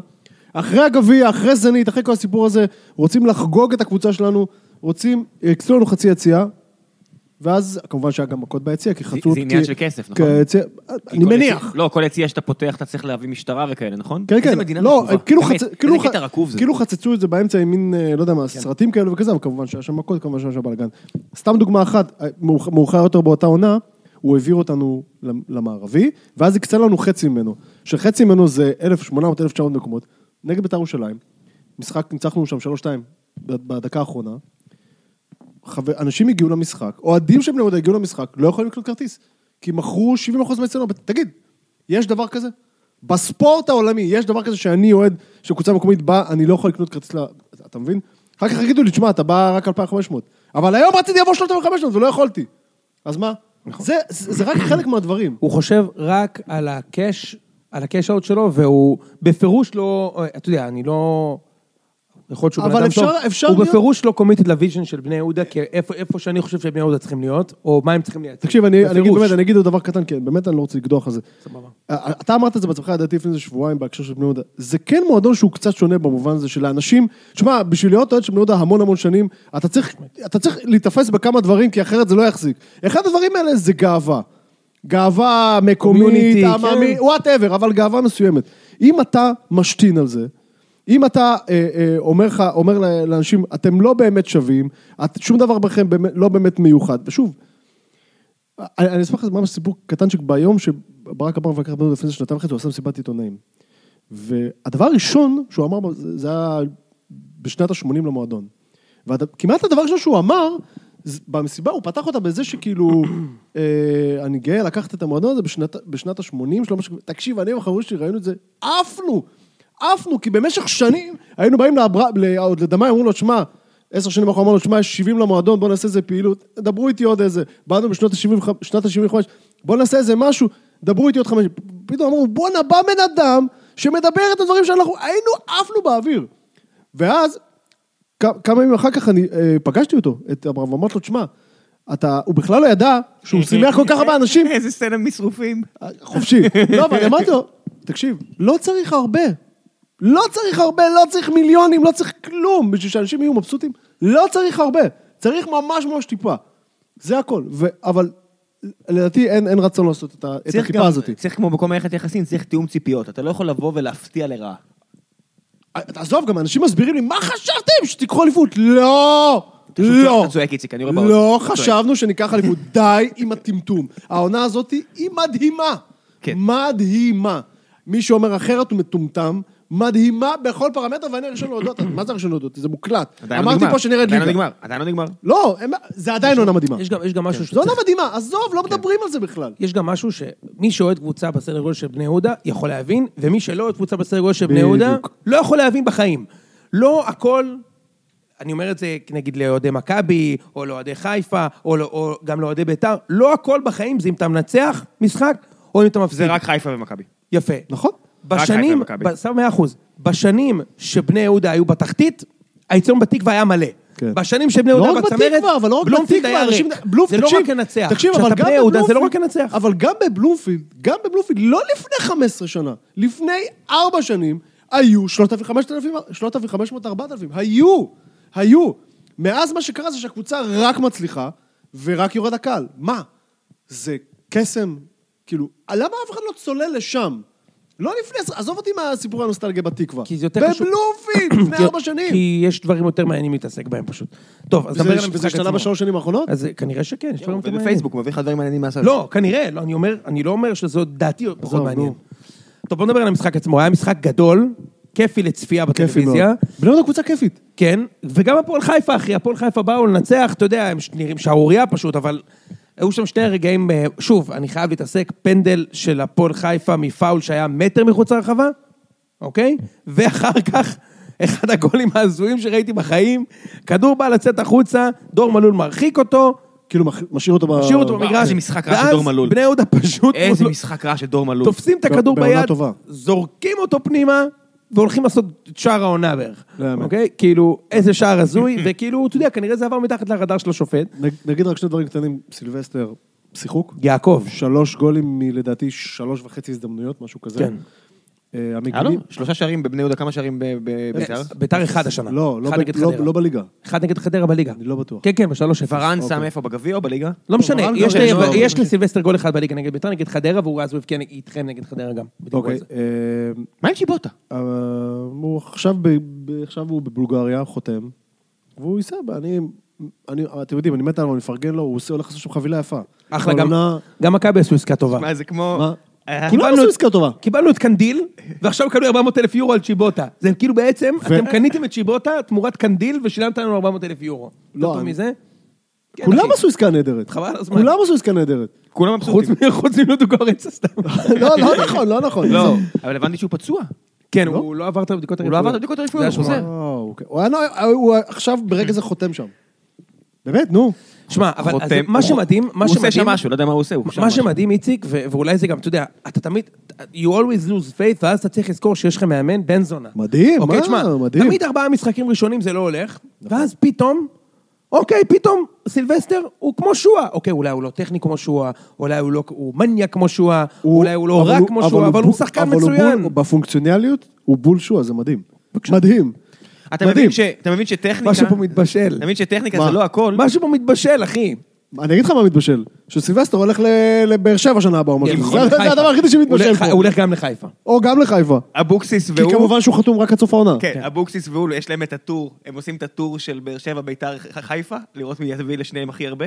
S2: אחרי הגביע, אחרי זנית, אחרי כל הסיפור הזה, רוצים לחגוג את הקבוצה שלנו, רוצים, הקצו לנו חצי יציאה, ואז כמובן שהיה גם מכות ביציאה, כי חצו...
S1: זה עניין
S2: כי-
S1: של כסף,
S2: כי
S1: נכון?
S2: היציע-
S1: כי
S2: אני
S1: כל
S2: מניח.
S1: יציא- לא, כל יציאה שאתה פותח, אתה צריך להביא משטרה וכאלה, נכון?
S2: כן,
S1: איזה
S2: כן,
S1: מדינה
S2: לא,
S1: רקובה.
S2: כאילו
S1: באמת,
S2: חצ- כאילו
S1: איזה
S2: ח-
S1: קטע רקוב זה. כן.
S2: כאילו חצצו את זה באמצע עם מין, אה, לא יודע מה, סרטים כאלה וכזה, אבל כמובן שהיה שם מכות, כמובן שהיה שם בלאגן. סתם דוגמה אחת, אה, מאוח- מאוחר יותר באותה עונה, הוא העביר אותנו למ- למערבי, ואז הקצה לנו חצי ממנו, שחצי ממנו זה 1,800-1,900 מקומות, נגד בית"ר ירושלים, משחק, ניצחנו שם 3-2 בד- בדקה האחרונה, חבר- אנשים הגיעו למשחק, אוהדים של בני יהודה הגיעו למשחק, לא יכולים לקנות כרטיס, כי מכרו 70% מהצלנו. תגיד, יש דבר כזה? בספורט העולמי, יש דבר כזה שאני אוהד, שקבוצה מקומית באה, אני לא יכול לקנות כרטיס ל... אתה מבין? אחר כך יגידו לי, תשמע, אתה בא רק 2,500. אבל היום רציתי לבוא 3,500 ולא יכולתי. אז מה? זה, זה, זה רק חלק מהדברים.
S3: הוא חושב רק על הקאש, על הקאש אאוט שלו, והוא בפירוש לא, אה, אתה יודע, אני לא... יכול להיות שהוא בן
S2: אבל
S3: אדם
S2: אפשר-
S3: טוב,
S2: אפשר
S3: הוא
S2: להיות-
S3: בפירוש לא קומיטד לוויז'ן של בני יהודה, כי איפה, איפה שאני חושב שבני יהודה צריכים להיות, או מה הם צריכים לייצר.
S2: תקשיב, אני, אני, אגיד,
S3: בפירוש.
S2: באמת, אני אגיד עוד דבר קטן, כי באמת אני לא רוצה לקדוח על זה.
S3: סבבה.
S2: אה, אתה אמרת את זה בעצמך, לדעתי, לפני איזה שבועיים בהקשר של בני יהודה. זה כן מועדון שהוא קצת שונה במובן הזה של האנשים. שמע, בשביל להיות אוהד של בני יהודה המון המון שנים, אתה צריך, אתה צריך להיתפס בכמה דברים, כי אחרת זה לא יחזיק. אחד הדברים האלה זה גאווה. גאווה מקומית,
S3: Community,
S2: עממית,
S3: כן.
S2: וואטאבר, אבל גאווה מסוימת. אם אתה משתין על זה, אם אתה אה, אה, אומר, לך, אומר ל- לאנשים, אתם לא באמת שווים, את, שום דבר בכם באמת, לא באמת מיוחד, ושוב, אני, אני אשמח לך ממש סיפור קטנצ'יק ביום שברק אמר ולקח בנו לפני זה שנתיים וחצי, הוא עשה מסיבת עיתונאים. והדבר הראשון שהוא אמר, בו, זה זה היה בשנת ה-80 למועדון. וכמעט הדבר הראשון שהוא אמר, זה- במסיבה הוא פתח אותה בזה שכאילו, אה, אני גאה לקחת את המועדון הזה בשנת, בשנת ה-80, שלא משהו, תקשיב, אני והחברים שלי ראינו את זה, עפנו, עפנו, כי במשך שנים היינו באים לאברה, ל- עוד לדמאי, אמרו לו, שמע, עשר שנים אנחנו אמרנו, שמע, יש 70 למועדון, בוא נעשה איזה פעילות, דברו איתי עוד איזה, באנו בשנות ה-75, שנת ה-75, בוא נעשה איזה משהו, דברו איתי עוד חמש, פתאום אמרו, בואנה, בא בן אדם שמדבר את הדברים שאנחנו, היינו עפנו באוויר. ואז כ- כמה ימים אחר כך אני אה, פגשתי אותו, את אברהם, ואמרתי לו, תשמע, אתה, הוא בכלל לא ידע שהוא שימח כל כך הרבה אנשים
S1: איזה סצנה משרופים.
S2: חופשי. לא, אבל אמרתי לו, תקשיב, לא צריך הרבה. לא צריך הרבה, לא צריך מיליונים, לא צריך כלום, בשביל שאנשים יהיו מבסוטים. לא צריך הרבה, צריך ממש ממש טיפה. זה הכל. ו- אבל לדעתי אין, אין רצון לעשות את, ה- את
S1: צריך
S2: הטיפה
S1: גם-
S2: הזאת.
S1: צריך כמו בכל מערכת יחסים, צריך תיאום ציפיות. אתה לא יכול לבוא ולהפתיע לרעה.
S2: תעזוב, גם אנשים מסבירים לי, מה חשבתם? שתיקחו אליפות? לא!
S1: אתה שוב צועק-
S2: לא!
S1: אתה צועק, איציק, אני רואה בעוד.
S2: לא חשבנו שניקח אליפות. די עם הטמטום. העונה הזאת היא מדהימה.
S1: כן.
S2: מדהימה. מי שאומר אחרת הוא מטומטם, מדהימה בכל פרמטר, ואני הראשון להודות. מה זה הראשון להודות? זה מוקלט.
S1: עדיין לא
S2: אמרתי
S1: נגמר.
S2: פה שנרד
S1: עדיין לא
S2: ליגה.
S1: נגמר, עדיין לא נגמר.
S2: לא, הם- זה עדיין עונה מדהימה.
S3: יש גם- יש גם משהו
S2: זו עונה
S3: שצריך...
S2: מדהימה, עזוב, לא
S1: כן.
S2: מדברים על זה בכלל.
S3: יש גם משהו שמי שאוהד קבוצה בסדר גודל של בני יהודה, יכול להבין, ומי שלא אוהד קבוצה בסדר גודל של בני יהודה,
S2: בדיוק.
S3: לא יכול להבין בחיים. לא הכל, אני אומר את זה נגיד לאוהדי מכבי, או לאוהדי חיפה, או, לא- או גם לאוהדי בית"ר, לא הכל בחיים זה אם אתה מנצח משחק, או אם אתה מפסיד.
S1: זה רק חיפה ומכבי.
S3: יפה.
S2: נכון.
S1: רק
S3: בשנים,
S1: חיפה ומכבי.
S3: ב- שם מאה אחוז, בשנים שבני יהודה היו בתחתית, הייצום בתקווה היה מלא.
S2: כן.
S3: בשנים שבני
S2: לא
S3: יהודה
S2: רק
S3: בצמרת,
S2: בתקווה, אבל לא רק
S3: בלומפילד
S2: בתקווה,
S3: היה
S2: אנשים...
S3: ריק.
S2: בלומפילד,
S3: זה לא
S2: תקשיב,
S3: רק לנצח.
S2: תקשיב, אבל
S3: כשאתה
S2: גם
S3: בני יהודה זה לא רק
S2: בבלומפילד-
S3: לנצח.
S2: אבל גם בבלומפילד, גם בבלומפילד, לא לפני 15 שנה, לפני 4 שנים, היו 3,500, 3,500, 4,000. היו, היו. מאז מה שקרה זה שהקבוצה רק מצליחה, ורק יורד הקהל. מה? זה קסם? כאילו, למה אף אחד לא צולל לשם? לא לפני, עשר- עזוב אותי מהסיפור הנוסטלגיה בתקווה.
S3: כי זה יותר קשור-
S2: בבלומפילד, לפני
S3: כי-
S2: 4 שנים.
S3: כי יש דברים יותר מעניינים להתעסק בהם פשוט. טוב, אז דבר על
S2: וזה-
S3: המשחק עצמו.
S2: וזה השתנה בשלוש שנים האחרונות?
S3: אז כנראה שכן, יש דברים יותר מעניינים.
S1: ובפייסבוק הוא מביא לך דברים מעניינים מהסרט.
S3: לא, כנראה, לא, אני אומר, אני לא אומר שזו דעתי פחות
S2: עזוב,
S3: מעניין.
S2: נו.
S3: טוב, בוא נדבר על המשחק עצמו. היה משחק גדול, כיפי לצפייה
S2: כיפי מאוד.
S3: בטלוויזיה.
S2: בני יהודה קבוצה כיפית.
S3: כן, וגם הפועל חיפה, אחי, הפועל חיפה באו לנצח, אתה יודע, הם ש- נראים שערורייה פשוט, אבל היו שם שני רגעים, אה, שוב, אני חייב להתעסק, פנדל של הפועל חיפה מפאול שהיה מטר מחוץ לרחבה, אוקיי? ואחר כך, אחד הגולים ההזויים שראיתי בחיים, כדור בא לצאת החוצה, דור מלול מרחיק אותו,
S2: כאילו, מח- משאיר אותו ב...
S3: משאיר אותו
S1: וואו,
S3: במגרש,
S1: איזה משחק רע של דור מלול.
S3: ואז בני יהודה פשוט...
S1: איזה
S3: מול-
S1: משחק רע של דור מלול.
S3: תופסים את הכדור
S2: בעונה
S3: ביד,
S2: טובה.
S3: זורקים אותו פנימה, והולכים לעשות את שער העונה בערך.
S2: לא יאמן.
S3: אוקיי? כאילו, איזה שער הזוי, וכאילו, אתה יודע, כנראה זה עבר מתחת לרדאר של השופט.
S2: נג- נגיד רק שני דברים קטנים, סילבסטר, שיחוק.
S3: יעקב.
S2: שלוש גולים מלדעתי שלוש וחצי הזדמנויות, משהו כזה.
S3: כן.
S2: אה,
S1: היה לו?
S2: המגינים...
S1: לא? שלושה שערים בבני יהודה, כמה שערים ב- ב- בביתר?
S3: ביתר אחד השנה.
S2: לא, לא
S3: אחד
S2: ב-
S3: נגד
S2: לא-
S3: חדרה.
S2: לא בליגה.
S3: אחד נגד חדרה בליגה.
S2: אני לא בטוח.
S3: כן, כן, בשלוש אפס.
S1: ורן שם איפה, בגביע או בליגה?
S3: לא משנה,
S2: ורן
S3: יש
S2: גם
S3: לי-
S2: יש לו-
S3: יש לסילבסטר גול אחד בליגה נגד ביתר, נגד חדרה, והוא אז הוא הבקיע נגד- איתכם נגד חדרה גם. בדיוק על
S2: אוקיי.
S3: זה.
S2: אה,
S1: מה עם שיבוטה?
S2: אה, הוא עכשיו, ב, ב, עכשיו הוא בבולגריה, חותם, והוא ייסע, בה, אני, אני, אתם יודעים, אני מת עליו, אני מפרגן לו, הוא עושה, הולך לעשות שם חבילה יפה.
S3: אחלה,
S2: כל
S3: גם-
S2: עונה-
S3: גם מכבי עשו עסקה טובה.
S1: מה, זה כמו...
S2: מה?
S1: אה,
S2: כולם
S3: קיבלנו-
S2: עשו עסקה טובה.
S3: קיבלנו את קנדיל, ועכשיו מקבלים 400 אלף יורו על צ'יבוטה. זה כאילו בעצם, אתם קניתם את צ'יבוטה תמורת קנדיל ושילמת לנו 400 אלף יורו.
S2: לא,
S3: לא,
S2: אני-
S3: מזה? כן,
S2: כולם
S3: אחי.
S2: עשו עסקה נהדרת.
S3: חבל על הזמן.
S2: כולם עשו עסקה נהדרת.
S1: כולם
S3: חוץ
S1: מבסוטים.
S3: מ- חוץ מלודוגורצה סתם.
S2: לא, לא נכון, לא נכון.
S1: לא, אבל הבנתי שהוא פצוע.
S3: כן, הוא לא עבר את הבדיקות
S1: הוא לא
S3: הרפואיות.
S1: עבר את הבדיקות הרפואיות,
S3: זה
S1: הוא
S3: השמועה.
S1: חוזר.
S2: וואו, אוקיי. הוא היה- הוא עכשיו ברגע זה חותם שם. באמת, נו.
S3: שמע, אבל אז
S1: חותם.
S3: מה שמדהים, מה
S1: הוא עושה
S3: שמדהים-
S1: שם משהו, לא יודע מה הוא עושה, הוא שם
S3: מה
S1: משהו.
S3: שמדהים, איציק, ו- ואולי זה גם, אתה יודע, אתה תמיד, you always lose faith, ואז אתה צריך לזכור שיש לך מאמן בן זונה.
S2: מדהים,
S3: אוקיי,
S2: מה?
S3: תשמע,
S2: מדהים. נכון.
S3: תמיד ארבעה משחקים ראשונים זה לא הולך, ואז פתאום, אוקיי, פתאום סילבסטר הוא כמו שואה. אוקיי, אולי הוא לא טכני כמו שואה, אולי הוא לא, הוא מניאק כמו שואה, אולי הוא לא
S2: אבל
S3: רע כמו שואה, אבל הוא
S2: בול-
S3: שחקן
S2: אבל הוא
S3: מצוין.
S2: בול- בפונקציונליות, הוא בול שואה, זה מדהים. מדהים.
S1: אתה
S2: מדהים.
S1: מבין ש- אתה מבין שטכניקה...
S3: משהו פה מתבשל.
S1: אתה מבין שטכניקה
S2: מה?
S1: זה לא הכל.
S3: משהו פה מתבשל, אחי.
S2: אני אגיד לך מה מתבשל, שסילבסטר הולך ל- לבאר שבע שנה הבאה, או משהו.
S3: כן, הוא
S2: כזה.
S3: הולך
S2: זה זה
S3: נכון, לחיפה.
S2: הדבר היחידי
S3: הוא
S2: שמתבשל
S3: הולך-
S2: פה.
S3: הוא הולך גם לחיפה.
S2: או גם לחיפה.
S1: אבוקסיס
S2: כי
S1: והוא...
S2: כמובן שהוא חתום רק עד סוף העונה.
S1: כן, אבוקסיס והוא, יש להם את הטור, הם עושים את הטור של באר שבע, ביתר, ח- חיפה, לראות מי יביא לשניהם הכי הרבה.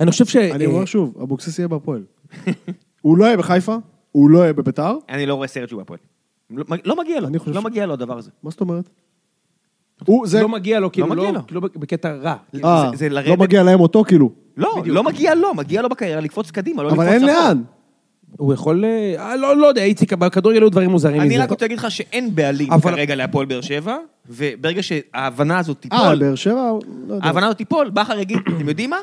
S3: אני חושב ש...
S2: אני
S3: אה,
S2: אומר שוב, אבוקסיס יהיה בהפועל. הוא לא יהיה בחיפה, הוא לא יהיה בביתר.
S1: אני לא רואה סרט שהוא בהפועל. לא לא מגיע לו,
S2: אני חושב
S1: לא
S2: ש-
S1: מגיע לו הדבר הזה.
S2: מה זאת אומרת? הוא, זה...
S3: לא מגיע לו, כאילו,
S1: מגיע
S3: לא-
S1: לו.
S3: כאילו בקטע רע.
S2: אה,
S1: זה- זה לרדת-
S2: לא מגיע להם אותו, כאילו.
S1: לא, לא מגיע לו, מגיע לו בקריירה לקפוץ קדימה, לא לקפוץ
S2: אבל אין
S1: אחורה.
S2: לאן.
S3: הוא יכול... אה, אה, לא, לא יודע, איציק, בכדורגל היו דברים מוזרים
S1: אני
S3: מזה.
S1: רק רוצה להגיד לך שאין בעלים
S3: אבל-
S1: כרגע להפועל באר שבע, וברגע שההבנה הזאת
S2: אה,
S1: תיפול,
S2: באר שבע? לא יודע.
S1: ההבנה הזאת תיפול, בכר יגיד, אתם יודעים מה?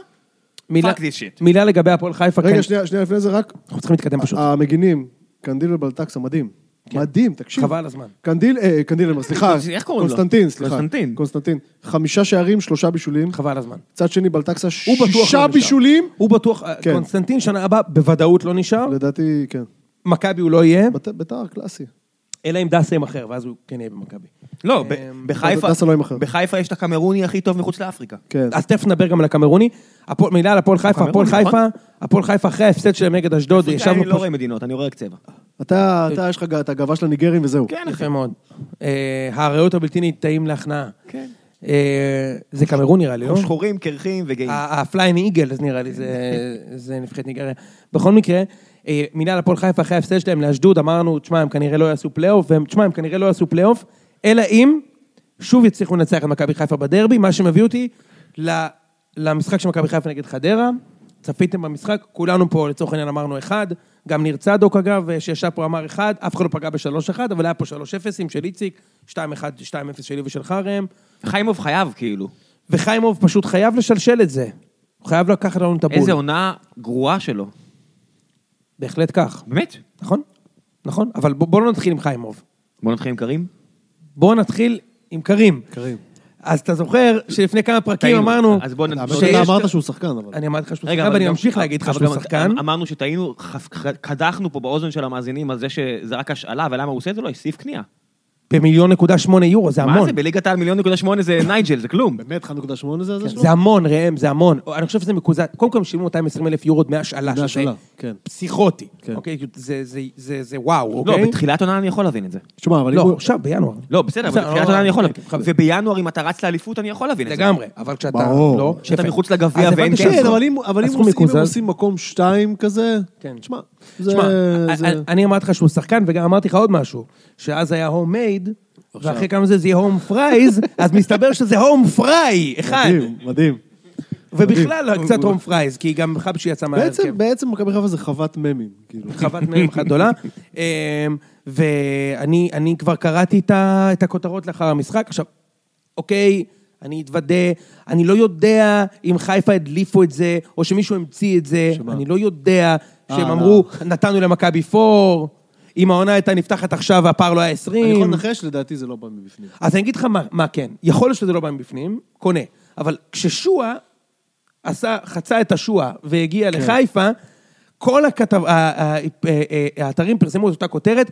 S3: מילה-
S1: Fuck this shit.
S3: מילה לגבי הפועל חיפה. כן.
S2: רגע, שנייה, שנייה לפני זה, רק
S3: אנחנו צריכים להתקדם
S1: אה,
S3: פשוט.
S2: המגינים, קנדיל ובלטקסה, מדהים. מדהים, תקשיב.
S3: חבל על הזמן.
S2: קנדיל, אה, קנדיל, אמר, סליחה.
S1: איך קוראים לו?
S2: קונסטנטין, סליחה.
S1: קונסטנטין.
S2: קונסטנטין. חמישה שערים, שלושה בישולים.
S3: חבל על הזמן.
S2: צד שני, בלטקסה,
S3: הוא בטוח לא
S2: שישה
S3: נשאר.
S2: בישולים.
S3: הוא בטוח, אה,
S2: כן.
S3: קונסטנטין שנה הבאה בוודאות לא נשאר,
S2: לדעתי, כן.
S3: מכבי הוא לא יהיה,
S2: בת- בית"ר, קלאסי.
S3: אלא אם דסה ימכר, ואז הוא כן יהיה במכבי.
S1: לא, ב- בחיפה,
S2: דסה לא ימכר.
S1: בחיפה יש את הקמרוני הכי טוב מחוץ לאפריקה.
S2: כן.
S3: אז תכף נדבר גם על הקמרוני. הפועל- מילה על הפועל חיפה, הפועל
S1: הקמרוני,
S3: חיפה, הפועל חיפה אחרי ההפסד שלהם נגד אשדוד, ישבנו אה,
S1: אני לא
S3: פה...
S1: רואה מדינות, אני רואה רק צבע.
S2: אתה, אתה, יש לך ג- את הגאווה של הניגרים וזהו.
S1: כן, אחי.
S3: יפה מאוד. אה, האריות הבלתי ניתאים להכנעה.
S1: כן.
S3: אה, זה קמרון נראה לי, לא?
S1: הם שחורים, קרחים וגאים.
S3: אה, הפליין איגל, אז נראה לי, זה- זה נבחרת ניגריה. בכל מקרה, אה, מילה על הפועל חיפה אחרי ההפסד שלהם לאשדוד, אמרנו, תשמע, הם כנראה לא יעשו פלייאוף, והם, תשמע, הם כנראה לא יעשו פלייאוף, אלא אם שוב יצליחו לנצח את מכבי חיפה בדרבי, מה שמביא אותי ל- למשחק של מכבי חיפה נגד חדרה. צפיתם במשחק, כולנו פה לצורך העניין אמרנו אחד, גם ניר צדוק אגב, אה, שישב פה אמר אחד, אף אחד לא פגע בשלוש אחד, אבל היה פה שלוש אפסים של איציק, שתיים אחד, שתיים אפס שלי ושלך ראם.
S1: חיימוב חייב, כאילו.
S3: וחיימוב פשוט חייב לשלשל את זה. הוא חייב לקחת לנו את הבול.
S1: איזה עונה גרועה שלו.
S3: בהחלט כך.
S1: באמת?
S3: נכון? נכון? אבל בוא- בואו לא נתחיל עם חיימוב.
S1: בוא נתחיל עם קרים.
S3: בואו נתחיל עם קרים.
S2: קרים.
S3: אז אתה זוכר שלפני כמה פרקים
S1: טעינו.
S3: אמרנו...
S1: אז בוא נ-
S2: אתה
S1: שיש-
S2: אתה אמרת שהוא שחקן, אבל.
S3: אני אמרתי לך שהוא
S1: רגע,
S3: שחקן,
S1: אבל
S3: ואני
S1: גם-
S3: אמשיך להגיד לך
S1: אבל
S3: שהוא
S1: גם אמ-
S3: שחקן.
S1: אמרנו שטעינו, חפ- ח- קדחנו פה באוזן של המאזינים על זה שזה רק השאלה, ולמה הוא עושה את זה? לא, הסעיף קנייה.
S3: במיליון נקודה שמונה יורו, זה
S1: מה
S3: המון.
S1: זה, בליגת העל מיליון נקודה שמונה זה נייג'ל, זה כלום.
S2: באמת, 1.8 זה הזה שלו?
S3: כן, זה המון, ראם, זה המון. אני חושב שזה מקוזז. קודם כל הם שילמו 220 אלף יורו דמי השאלה. שזה
S2: מהשאלה, כן.
S3: פסיכוטי.
S2: כן.
S3: אוקיי? זה- זה- זה זה וואו,
S1: לא,
S3: אוקיי?
S1: בתחילת עונה אני יכול להבין את זה.
S2: תשמע, אבל אם
S3: לא,
S2: הוא...
S3: עכשיו, בינואר.
S1: לא, בסדר, אבל
S3: בסדר,
S1: בתחילת
S3: לא,
S1: עונה אני יכול
S3: כן,
S1: להבין.
S3: כן, מכבד.
S1: ובינואר, אם אתה רץ לאליפות, אני יכול להבין את זה.
S3: לגמרי, אבל כשאתה...
S2: ברור.
S3: לא,
S1: כשאתה
S3: שפל.
S1: מחוץ לגביע
S3: אז
S1: ואין
S3: הבנתי
S1: כסף.
S2: כן,
S3: שהסכום-
S2: אבל אם אבל אם
S3: הסכום
S2: עושים- אם הם
S3: מקוזז.
S2: עושים מקום שתיים כזה,
S3: כן. אה,
S2: תשמע,
S3: תשמע,
S2: זה... אה, זה-
S3: אני- אני אמרתי לך שהוא שחקן, וגם אמרתי לך עוד משהו, שאז היה הום מייד, ואחרי כמה זה זה יהיה הום פרייז, אז מסתבר שזה הום פריי, אחד.
S2: מדהים, מדהים.
S3: ובכלל לא, קצת הום פרייז, כי גם חבשי יצא מההרכב.
S2: בעצם, בעצם מכבי חיפה זה חוות ממים, כאילו.
S3: כן. חוות מהם אחת גדולה. אמ, ואני אני כבר קראתי את ה- את הכותרות לאחר המשחק. עכשיו, אוקיי, אני אתוודה, אני לא יודע אם חיפה הדליפו את זה, או שמישהו המציא את זה,
S2: שמה?
S3: אני לא יודע שהם
S2: אה.
S3: אמרו, נתנו למכבי פור, אם העונה הייתה נפתחת עכשיו והפער לא היה 20.
S2: אני יכול לנחש, לדעתי זה לא בא מבפנים.
S3: אז אני אגיד לך מה, מה כן. יכול להיות שזה לא בא מבפנים, קונה. אבל כששועה עשה, חצה את השועה והגיע לחיפה, כל הכתב, ה- ה- ה- האתרים פרסמו את אותה כותרת,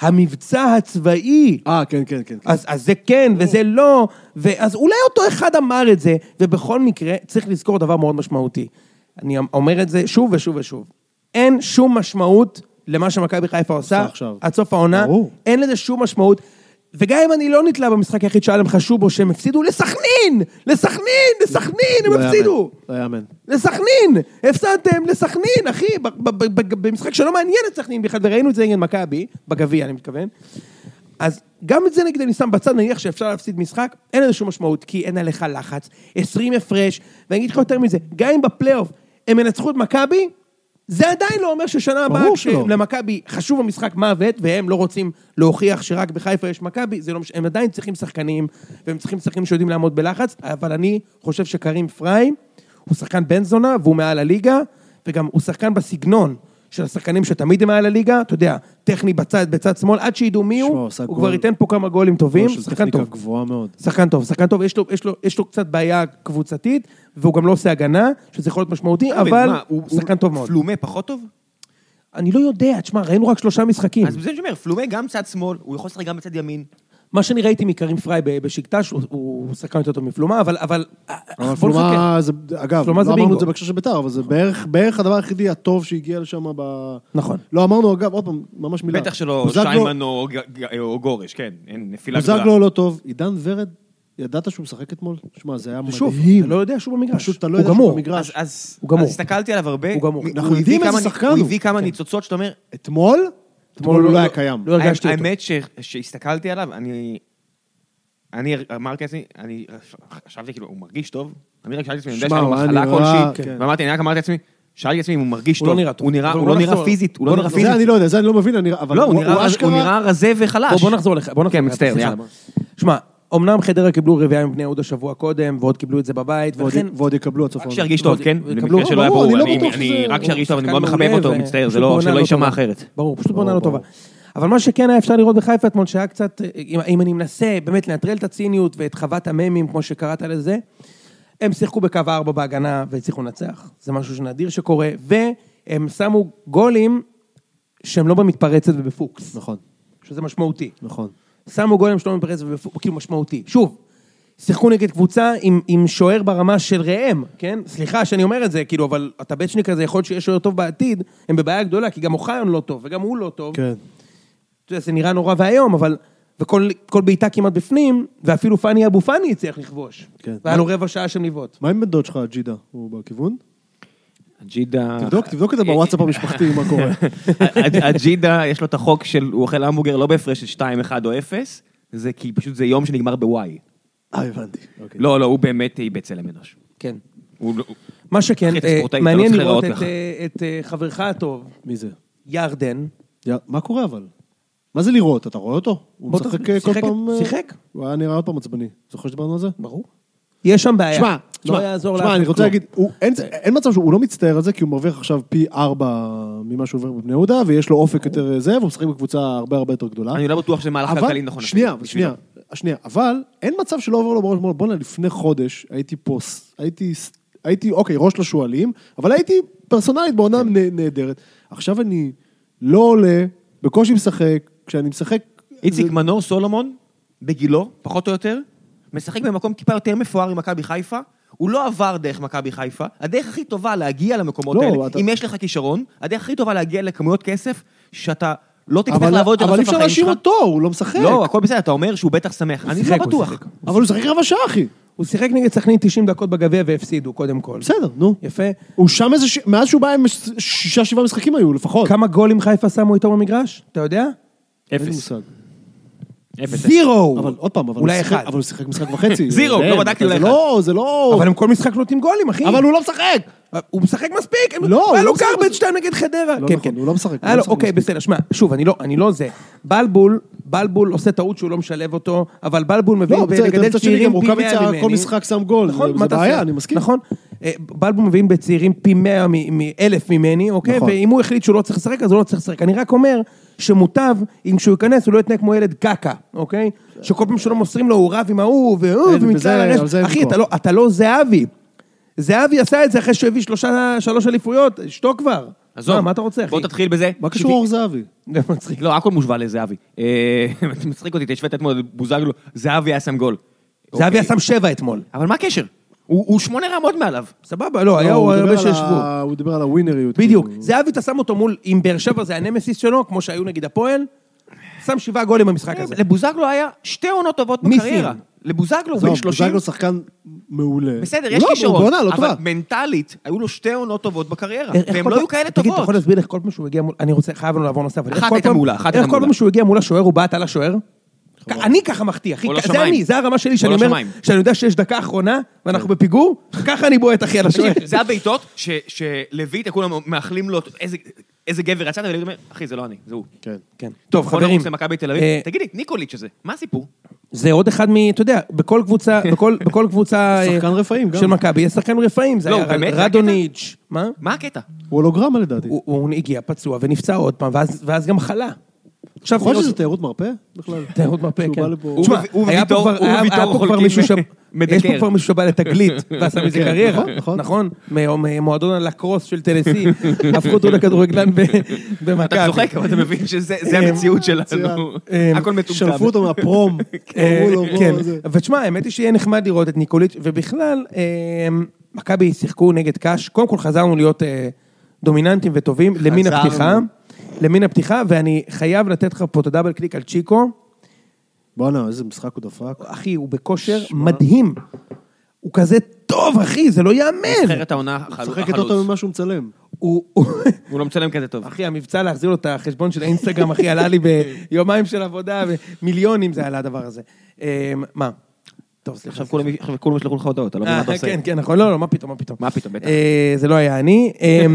S3: המבצע הצבאי.
S2: אה, כן, כן, כן. כן.
S3: אז, אז זה כן וזה לא, ואז אולי אותו אחד אמר את זה, ובכל מקרה צריך לזכור דבר מאוד משמעותי. אני אומר את זה שוב ושוב ושוב. אין שום משמעות למה שמכבי חיפה עושה
S2: עכשיו.
S3: עד סוף העונה.
S2: ברור.
S3: אין לזה שום משמעות. וגם אם אני לא נתלה במשחק היחיד שהיה להם חשוב בו שהם הפסידו לסכנין! לסכנין! לסכנין! הם
S2: לא יאמן,
S3: הפסידו!
S2: לא יאמן.
S3: לסכנין! הפסדתם לסכנין, אחי! ב- ב- ב- ב- במשחק שלא מעניין את סכנין בכלל, וראינו את זה נגד מכבי, בגביע אני מתכוון. אז גם את זה נגיד אני שם בצד, נניח שאפשר להפסיד משחק, אין לזה שום משמעות, כי אין עליך לחץ, 20 הפרש, ואני אגיד לך יותר מזה, גם אם בפלייאוף הם ינצחו את מכבי, זה עדיין לא אומר ששנה הבאה,
S2: ברור שלא.
S3: כשלמכבי חשוב המשחק מוות, והם לא רוצים להוכיח שרק בחיפה יש מכבי, זה לא מש... הם עדיין צריכים שחקנים, והם צריכים שחקנים שיודעים לעמוד בלחץ, אבל אני חושב שקרים פריי הוא שחקן בן זונה, והוא מעל הליגה, וגם הוא שחקן בסגנון של השחקנים שתמיד הם מעל הליגה, אתה יודע, טכני בצד, בצד שמאל, עד שידעו מי
S2: שמע,
S3: הוא,
S2: הוא עשה
S3: הוא
S2: גול.
S3: כבר ייתן פה כמה גולים טובים,
S2: של
S3: שחקן
S2: לא, טכניקה
S3: טוב.
S2: גבוהה מאוד.
S3: שחקן טוב, שחקן טוב, יש לו, יש, לו, יש לו קצת בעיה קבוצתית, והוא גם לא עושה הגנה, שזה יכול להיות משמעותי,
S2: לא,
S3: אבל
S1: מה, הוא-
S3: הוא שחקן
S1: הוא
S3: טוב מאוד.
S1: פלומה פחות טוב?
S3: אני לא יודע, תשמע, ראינו רק שלושה משחקים.
S1: אז זה מה שאומר, פלומה גם צד שמאל, הוא יכול לשחק גם בצד ימין.
S3: מה שאני ראיתי מקרים פריי ב- בשקטש, הוא- הוא שחקן יותר טוב מפלומה, אבל... אבל
S2: אבל
S3: בוא נחכה.
S2: פלומה, זה, אגב,
S3: פלומה
S2: לא
S3: זה
S2: אמרנו
S3: בינגו.
S2: את זה בהקשר של ביתר, אבל זה בערך, בערך הדבר היחידי הטוב שהגיע לשם ב...
S3: נכון.
S2: לא אמרנו, אגב, עוד פעם, ממש
S3: לא.
S2: מילה.
S1: בטח שלא
S2: בוזגלו-
S1: שיימן או ג- ג- או גורש, כן, אין נפילה גדולה.
S2: בוזגלו לא טוב, עידן ורד, ידעת שהוא משחק אתמול? שמע, זה היה
S3: שוב,
S2: מדהים.
S3: אתה לא יודע שהוא במגרש.
S2: פשוט אתה לא
S3: הוא
S2: יודע שהוא
S3: גמור.
S2: במגרש.
S1: אז- אז
S3: הוא גמור.
S1: אז הסתכלתי עליו הרבה.
S3: הוא גמור.
S1: הוא
S2: אנחנו
S1: הביא
S2: יודעים איזה
S1: כמה-
S2: שחקן
S1: הוא
S2: הוא.
S1: הביא כמה ניצוצות שאתה אומר,
S2: אתמול?
S3: אתמול
S2: אתמול הוא
S3: לא-
S2: לא היה קיים.
S3: כן. לא הרגשתי אותו.
S1: האמת ש- שהסתכלתי עליו, אני... אני אמרתי לעצמי, אני חשבתי כאילו, הוא מרגיש טוב? אני רק שאלתי את עצמי, אני יודע שיש
S2: שמע,
S1: לו
S2: הוא היה
S1: מחלה
S2: נראה-
S1: כלשהי,
S2: כן.
S1: ואמרתי, אני רק אמרתי לעצמי, שאלתי את עצמי אם הוא מרגיש
S3: הוא
S1: טוב.
S3: לא נראה טוב.
S1: הוא נראה-
S3: אבל
S1: הוא
S3: בוא
S1: לא נראה
S3: נחזור-
S1: פיזית, הוא לא
S3: בוא
S1: נראה
S3: נחזור-
S1: פיזית.
S2: זה אני לא יודע, זה אני לא מבין, אני- אבל
S1: לא, הוא נראה-
S2: אשכרה-
S1: הוא נראה רזה וחלש.
S3: בוא, בוא נחזור לך, בוא נחזור
S1: כן,
S3: לך,
S1: מצטער,
S3: סליחה.
S1: יאללה.
S3: שמע, אמנם חדרה קיבלו רביעייה מבני יהודה שבוע קודם, ועוד קיבלו את זה בבית,
S2: ועוד-
S3: ולכן...
S2: ועוד יקבלו עד סוף
S1: רק
S2: העונה.
S1: שירגיש טוב,
S3: ועוד-
S1: כן?
S3: יקבלו-
S1: למקרה שלא היה
S2: ברור,
S1: ברור,
S2: אני לא
S1: אני-
S2: בטוח
S1: אני
S2: שזה-
S1: רק שירגיש טוב, אני
S3: שחקן
S1: מאוד מחבב
S3: מעולה,
S1: אותו,
S3: ו-
S1: מצטער, זה
S3: פשוט
S1: לא,
S3: בעונה
S1: שלא
S3: לא
S1: יישמע
S3: טובה.
S1: אחרת.
S3: ברור, פשוט בעונה לא
S2: ברור,
S3: טובה. אבל מה שכן היה אפשר לראות בחיפה אתמול, שהיה קצת, אם, אם אני מנסה באמת לנטרל את הציניות ואת חוות הממים, כמו שקראת לזה, הם שיחקו בקו הארבע בהגנה והצליחו לנצח. זה משהו שנדיר שקורה, והם שמו גולים שהם לא במתפרצת ובפוקס,
S2: נכון,
S3: שזה משמעותי.
S2: נכון.
S3: שמו גולים שלא מפרץ ובפוקס, כאילו משמעותי. שוב, שיחקו נגד קבוצה עם, עם שוער ברמה של ראם, כן? סליחה שאני אומר את זה, כאילו, אבל אתה בצ'ניק הזה, יכול להיות שיהיה שוער טוב בעתיד, הם בבעיה גדולה, כי גם אוחיון לא טוב, וגם הוא לא טוב.
S2: כן.
S3: אתה יודע, זה נראה נורא ואיום, אבל וכל כל בעיטה כמעט בפנים, ואפילו פאני אבו פאני הצליח לכבוש.
S2: כן.
S3: והיה לו רבע שעה שם לבעוט.
S2: מה עם בן דוד שלך, ג'ידה? הוא בכיוון?
S1: אג'ידה...
S2: תבדוק, תבדוק את זה בוואטסאפ המשפחתי, מה קורה.
S1: אג'ידה, יש לו את החוק של הוא אוכל המבורגר לא בהפרש של 2, 1 או 0, זה כי פשוט זה יום שנגמר בוואי.
S2: אה, הבנתי. אוקיי.
S1: לא, לא, הוא באמת איבד צלם אנוש.
S3: כן.
S1: הוא לא-
S3: מה שכן,
S1: אחי, אתה
S3: אה,
S1: ספורטאי, אתה לא
S3: מעניין
S1: צריך
S3: לראות
S1: להיראות
S3: את,
S1: ככה.
S3: אה, את אה, חברך הטוב,
S2: מי זה?
S3: ירדן.
S2: יא, מה קורה אבל? מה זה לראות? אתה רואה אותו? הוא
S3: בוא
S2: משחק
S3: תח-
S2: אה, כל
S3: שיחק-
S2: פעם... אה,
S3: שיחק?
S2: הוא היה נראה עוד פעם עצבני. זוכר שדיברנו על זה?
S3: ברור. יש שם בעיה.
S2: שמע,
S3: לא
S2: שמע,
S3: יעזור לאף
S2: שמע,
S3: אחד
S2: אני רוצה
S3: כלום.
S2: להגיד, הוא- אין- אין מצב שהוא לא מצטער על זה, כי הוא מרוויח עכשיו פי ארבע ממה שהוא עובר בבני יהודה, ויש לו אופק יותר אה, זה, והוא משחק בקבוצה הרבה הרבה יותר גדולה.
S1: אני לא בטוח שזה מהלך
S2: אבל,
S1: כלכלי נכון.
S2: שנייה,
S1: אפילו,
S2: שנייה,
S1: בשבילו.
S2: שנייה, אבל אין מצב שלא עובר לו בראש, בוא'נה, בוא'נה, לפני חודש הייתי פוס, הייתי, ס- הייתי, אוקיי, ראש לשועלים, אבל הייתי פרסונלית בעונה
S1: כן.
S2: נה- נהדרת. עכשיו אני לא עולה, בקושי משחק, כשאני משחק... אה,
S1: איציק
S2: זה-
S1: מנור סולומון, בגילו, פחות או יותר, משחק במקום טיפה יותר מפואר עם מכבי חיפה. הוא לא עבר דרך מכבי חיפה. הדרך הכי טובה להגיע למקומות
S2: לא,
S1: האלה,
S2: אתה-
S1: אם יש לך כישרון, הדרך הכי טובה להגיע לכמויות כסף, שאתה לא תצטרך
S2: אבל
S1: לעבוד יותר
S2: אבל אי
S1: בסוף
S2: אפשר
S1: החיים
S2: להשאיר
S1: שלך.
S2: אותו, הוא לא משחק.
S1: לא, הכל בסדר, אתה אומר שהוא בטח שמח. אני
S3: שיחק,
S1: לא
S3: הוא
S1: בטוח.
S3: שיחק.
S2: אבל הוא משחק רבע שעה, אחי.
S3: הוא שיחק נגד סכנין 90 דקות בגביע והפסידו, קודם כל.
S2: בסדר, נו.
S3: יפה.
S2: הוא שם איזה... ש- מאז שהוא בא הם ש- שישה, שבעה משחקים היו לפחות.
S3: כמה גולים חיפה שמו איתו במגרש? אתה יודע?
S2: אין לי
S1: אפס.
S2: מושג.
S1: אפס.
S3: זירו!
S2: אבל עוד פעם, אבל הוא
S3: אולי
S2: שיחק-
S3: אחד.
S2: אבל הוא שיחק משחק וחצי.
S1: זירו,
S2: אין,
S1: לא בדקתי, אולי
S2: זה לא, זה לא...
S3: אבל הם כל משחק נותנים גולים, אחי.
S2: אבל הוא לא משחק!
S3: הוא משחק מספיק, הם-
S2: לא, הוא
S3: היה
S2: לא
S3: לו
S2: משחק
S3: גרבג'
S2: מספיק.
S3: 2 נגד חדרה.
S2: לא
S3: כן,
S2: נכון,
S3: כן.
S2: הוא לא משחק, הוא
S3: היה
S2: לא
S3: לו-
S2: משחק
S3: אוקיי,
S2: מספיק.
S3: בסדר, שמע, שוב, אני לא- אני לא זה. בלבול, בלבול עושה טעות שהוא לא משלב אותו, אבל בלבול מביא
S2: לא, בסדר,
S3: לגדל
S2: מצד שני
S3: צעירים
S2: גם
S3: פי 100 ממני.
S2: רוקאביצה כל משחק שם גול.
S3: נכון,
S2: זה-
S3: מה
S2: זה
S3: אתה
S2: בעיה,
S3: עושה?
S2: אני מסכים.
S3: נכון. אה, בלבול מביאים בצעירים פי 100 מאלף ממני, אוקיי?
S2: נכון.
S3: ואם הוא החליט שהוא לא צריך לשחק, אז הוא לא צריך לשחק. אני רק אומר שמוטב, אם כשהוא ייכנס, הוא לא יתנהג כמו ילד קקה, אוקיי? שכל פעם שלא מוסרים לו, הוא רב עם ההוא,
S2: אין,
S3: והוא, ומצטער
S2: בזה-
S3: על הרשת.
S2: על זה אין
S3: אחי,
S2: ויכוח.
S3: אתה לא- אתה לא זהבי. זהבי עשה את זה אחרי שהוא הביא שלושה- שלוש אליפויות, אשתו כבר.
S1: עזוב.
S2: לא,
S3: מה, מה אתה רוצה, אחי?
S1: בוא תתחיל בזה.
S2: מה קשור אור זהבי?
S3: זה מצחיק.
S1: לא, הכל מושווה לזהבי. אה, אתה מצחיק אותי, אתה השווית אתמול את בוזגלו, זהבי היה שם גול.
S3: זהבי
S1: אוקיי.
S3: היה שם שבע אתמול.
S1: אבל מה הקשר? הוא הוא שמונה רמות מעליו.
S3: סבבה, לא, היה
S2: לא,
S3: הוא
S2: דיבר
S3: הרבה
S2: על ה-
S3: שישבו.
S2: הוא דיבר על הווינריות.
S3: בדיוק.
S2: כאילו.
S3: זהבי, אתה שם אותו מול, אם באר שבע זה הנמסיס שלו, כמו שהיו נגד הפועל, שם שבעה גולים במשחק הזה.
S1: אה, לבוזגלו היה שתי עונות טובות
S3: מי
S1: בקריירה.
S3: סיים?
S1: לבוזגלו, הוא
S2: עזוב,
S1: בן 30.
S2: בוזגלו שחקן מעולה.
S1: בסדר,
S2: הוא
S1: יש
S2: לא-
S1: כישרון.
S2: הוא בעונה לא
S1: אבל
S2: טובה.
S1: מנטלית, היו לו שתי עונות טובות בקריירה.
S3: איך- איך
S1: והם
S3: כל
S1: לא
S3: פעם-
S1: היו כאלה
S3: תגיד, אתה יכול
S1: טובות.
S3: להסביר איך כל פעם שהוא הגיע מול... אני רוצה, חייב לנו לעבור נושא, אבל איך
S1: אחת
S3: כל
S1: הייתה
S3: פעם...
S1: מעולה, אחת
S3: איך
S1: הייתה
S3: כל פעם
S1: מעולה.
S3: שהוא הגיע מול השוער, הוא בעט על השוער? אני ככה מחטיא, אחי.
S1: כל
S3: זה
S1: השמיים.
S3: אני, זה הרמה שלי, שאני
S1: כל
S3: אומר,
S1: השמיים. כן.
S3: שאני יודע שיש דקה אחרונה, ואנחנו בפיגור, ככה אני בועט, אחי, על השוער.
S1: תקשיב, זה הבעיטות ש- שלויטה, כולם מאחלים לו איזה- איזה גבר יצאת, ולויטה אומר, אחי, זה לא אני, זה הוא.
S2: כן.
S3: כן. טוב,
S1: בוא
S3: חברים.
S1: נרוץ למכבי תל
S3: אה,
S1: אביב. תגיד לי, ניקוליץ' הזה, מה הסיפור?
S3: זה עוד אחד מ... אתה יודע, בכל קבוצה, בכל, בכל קבוצה... אה,
S2: שחקן רפאים גם.
S3: של מכבי, יש שחקן רפאים. זה
S1: לא,
S3: היה
S1: הוא באמת?
S3: רדוניץ'. מה?
S1: מה הקטע?
S2: הוא הולוגרמה לדעתי.
S3: הוא, הוא הגיע פצוע ונפצע עוד פעם, ואז, ואז גם חלה. עכשיו,
S2: יכול להיות
S3: תראה
S2: שזה
S3: אותו-
S2: תיירות מרפא בכלל?
S3: תיירות מרפא,
S2: שהוא
S3: כן.
S2: בא לפה-
S1: הוא
S3: תשמע,
S1: ו- הוא
S3: היה פה
S1: וויטור-
S3: כבר-
S1: הוא
S3: היה-
S1: וויטור
S3: היה פה כבר
S1: חולקים
S3: מישהו שם,
S1: מדקר.
S3: יש פה כבר מישהו שבא לתגלית, ועשה מזה
S2: כן,
S3: קריירה,
S2: נכון, נכון.
S3: נכון? מ- מ- מועדון הלקרוס של טנסי, הפכו אותו לכדורגלן ב- במכבי.
S1: אתה צוחק, אבל אתה מבין שזה זה המציאות שלנו.
S3: אה,
S1: הכל מטומטם.
S2: שלפו אותו מהפרום.
S3: אה,
S2: אמרו לו, בוא,
S3: כן,
S2: זה.
S3: ותשמע, האמת היא שיהיה נחמד לראות את ניקוליץ', ובכלל, אה, מכבי שיחקו נגד קאש, קודם כל חזרנו להיות אה, דומיננטים וטובים, למין
S1: חזרנו.
S3: הפתיחה, למין הפתיחה, ואני חייב לתת לך פה את הדאבל קליק על צ'יקו,
S2: בואנה, איזה משחק הוא דפק.
S3: אחי, הוא בכושר מדהים, הוא כזה טוב, אחי, זה לא ייאמן,
S1: אחרת העונה החלוץ.
S2: משחק יותר טוב ממה שהוא מצלם.
S3: הוא... הוא-
S1: הוא לא מצלם כזה טוב.
S3: אחי, המבצע להחזיר לו את החשבון של האינסטגרם, אחי, עלה לי ביומיים של עבודה, ומיליונים זה עלה הדבר הזה. אה, מה? טוב, סליחה.
S1: עכשיו כולם- עכשיו כולם ישלחו לך הודעות, אתה לא מבין מה אתה
S3: אה,
S1: עושה.
S3: כן, כן, נכון, לא, לא, מה פתאום, מה פתאום.
S1: מה פתאום, בטח.
S3: אה, זה לא היה אני. אה,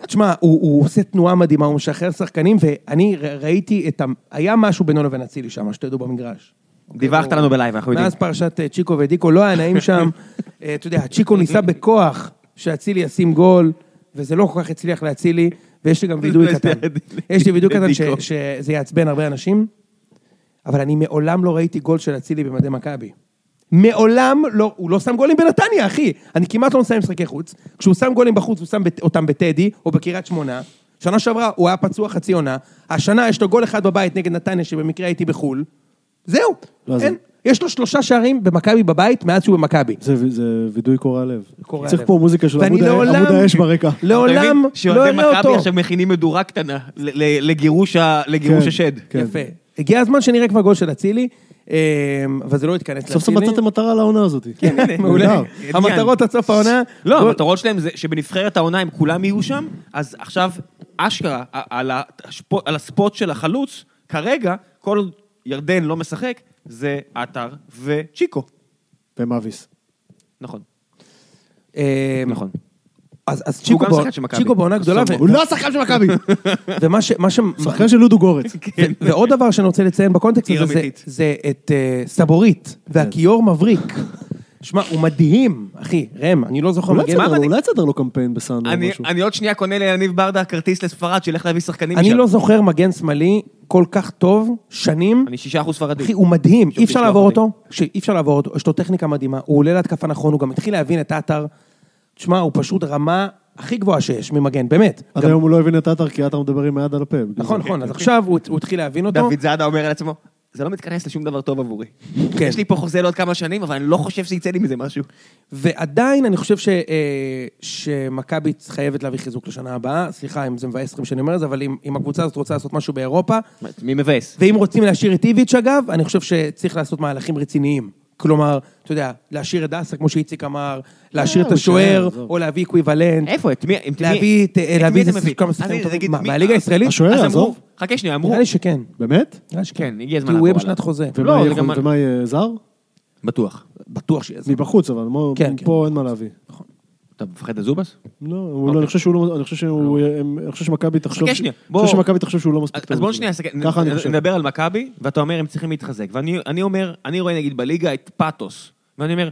S3: תשמע, הוא הוא עושה תנועה מדהימה, הוא משחרר שחקנים, ואני ר- ראיתי את ה... היה משהו בינו לבין אצילי שם, שתדעו במגרש.
S1: דיווחת לנו בלייב, אנחנו יודעים.
S3: מאז פרשת אה, צ'יקו ודיקו, לא היה נעים שם. אה, אתה יודע, צ'יקו ניסה בכוח שאצילי ישים גול, וזה לא כל כך הצליח לאצילי, ויש לי גם וידוי קטן. יש לי וידוי קטן ש-
S1: לדיקו.
S3: שזה יעצבן הרבה אנשים, אבל אני מעולם לא ראיתי גול של אצילי במדי מכבי. מעולם לא, הוא לא שם גולים בנתניה, אחי. אני כמעט לא מסיים משחקי חוץ. כשהוא שם גולים בחוץ, הוא שם בת- אותם בטדי או בקריית שמונה. שנה שעברה הוא היה פצוע חצי עונה. השנה יש לו גול אחד בבית נגד נתניה, שבמקרה הייתי בחו"ל. זהו.
S2: לא, זה-
S3: אין, יש לו שלושה שערים במכבי בבית מאז שהוא במכבי.
S2: זה זה וידוי קורע לב.
S3: קורע
S2: צריך
S3: לב.
S2: פה מוזיקה של
S3: ואני
S2: עמוד ה-
S3: לעולם-
S2: עמוד האש ברקע.
S1: אתה מבין
S3: לעולם לא
S1: שאוהדי
S3: אראה
S1: מכבי
S3: אותו.
S1: עכשיו מכינים מדורה קטנה ל- ל- לגירוש ה- לגירוש
S2: כן,
S1: השד.
S2: כן.
S3: יפה. הגיע הזמן שנראה כבר גול של אצילי, אה, אבל זה לא יתכנס לאצילי.
S2: סוף סוף מצאתם מטרה לעונה הזאת.
S1: כן, הנה.
S3: מעולה.
S2: נהדר.
S1: עניין.
S3: המטרות עד סוף העונה.
S1: לא,
S3: גול-
S1: המטרות שלהם זה שבנבחרת העונה, אם כולם יהיו שם, אז עכשיו, אשכרה, ה- על, השפ... על הספוט של החלוץ, כרגע, כל עוד ירדן לא משחק, זה עטר וצ'יקו.
S2: ומאביס.
S1: נכון,
S3: אה,
S1: נכון.
S3: אז אז
S1: הוא
S3: צ'יקו
S1: גם
S3: בא-
S1: שחקן של מכבי.
S3: צ'יקו בעונה גדולה, ו-
S2: הוא לא השחקן של מכבי!
S3: ומה ש... מה ש-
S2: שחקן של לודו גורץ.
S1: כן.
S3: ו- ועוד דבר שאני רוצה לציין בקונטקסט
S1: עיר
S3: הזה, זה-
S1: אמיתית.
S3: זה את אה, סבורית והכיור מבריק. שמע, הוא מדהים, אחי, ראם, אני לא זוכר
S2: אולי
S3: מגן.
S1: מה
S2: תסדר לו-
S1: מדהים?
S2: אולי תסדר לו קמפיין בסאונד או
S1: אני,
S2: משהו.
S1: אני עוד שנייה קונה ליניב ברדה כרטיס לספרד, שילך להביא שחקנים
S3: אני
S1: משם.
S3: לא זוכר מגן שמאלי כל כך טוב, שנים.
S1: אני שישה אחוז ספרדי.
S3: אחי, הוא מדהים, אי אפשר
S1: לשלוח
S3: לעבור
S1: אותי.
S3: אותו, ש- אי אפשר לעבור אותו, יש לו טכניקה מדהימה, הוא עולה להתקפה נכון, הוא גם התחיל להבין את עטר. תשמע, הוא פשוט הרמה הכי גבוהה שיש ממגן, באמת.
S2: עד
S3: גם-
S2: היום הוא לא הבין את עטר, כי עטר מדבר עם היד על הפה. בגלל
S3: נכון,
S2: זה.
S3: נכון, אז עכשיו הוא הוא התחיל להבין אותו.
S1: אוקיי. דוד זאדה אומר על עצמו, זה לא מתכנס לשום דבר טוב עבורי.
S3: כן.
S1: יש לי פה חוזה לעוד כמה שנים, אבל אני לא חושב שיצא לי מזה משהו.
S3: ועדיין אני חושב ש, אה, שמכבי חייבת להביא חיזוק לשנה הבאה. סליחה אם זה מבאס לכם שאני אומר את זה, אבל אם, אם הקבוצה הזאת רוצה לעשות משהו באירופה,
S1: מי מבאס?
S3: ואם רוצים להשאיר את איביץ' אגב, אני חושב שצריך לעשות מהלכים רציניים. כלומר, אתה יודע, להשאיר את דסה, כמו שאיציק אמר, להשאיר
S2: אה,
S3: את
S2: הוא
S3: השוער,
S2: יישאר, עזוב.
S3: או להביא אקוויוולנט.
S1: איפה? את מי? את מי-
S3: להביא את- אה,
S1: את
S3: להביא
S1: מי
S3: איזה
S1: אתה מביא?
S3: כמה שחקנים
S1: עזבי,
S3: טובים.
S1: תגיד
S3: מה,
S1: מי- אה,
S3: מהליגה הישראלית? אה,
S2: השוער,
S1: אז אמרו-
S2: עזוב.
S1: חכה שנייה, אמרו,
S3: נראה לי שכן.
S2: באמת?
S3: נראה לי שכן.
S1: כן, הגיע הזמן
S3: כי הוא יהיה
S1: לעבור
S3: בשנת
S1: עליו.
S3: חוזה.
S1: לא,
S2: ומה
S1: זה
S2: יהיה
S1: גם-
S2: חוץ- ומה יהיה זר?
S1: בטוח.
S3: בטוח שיהיה זה.
S2: מבחוץ, אבל מו-
S3: כן,
S2: פה אין מה להביא.
S1: אתה מפחד לזובס?
S2: לא, הוא לא- אני חושב שהוא לא... אני חושב שהוא... הם- אני חושב שמכבי תחשוב...
S1: חכה
S2: ש-
S1: אוקיי. שנייה,
S2: אני
S1: בוא-
S2: חושב שמכבי תחשוב שהוא לא מספיק טוב.
S1: אז בואו
S2: בשבילה.
S1: שנייה, נסתכל-
S2: ככה אני
S1: נ-
S2: חושב.
S1: נדבר על מכבי, ואתה אומר, הם צריכים להתחזק. ואני אני אומר, אני רואה נגיד בליגה את פאטוס, ואני אומר,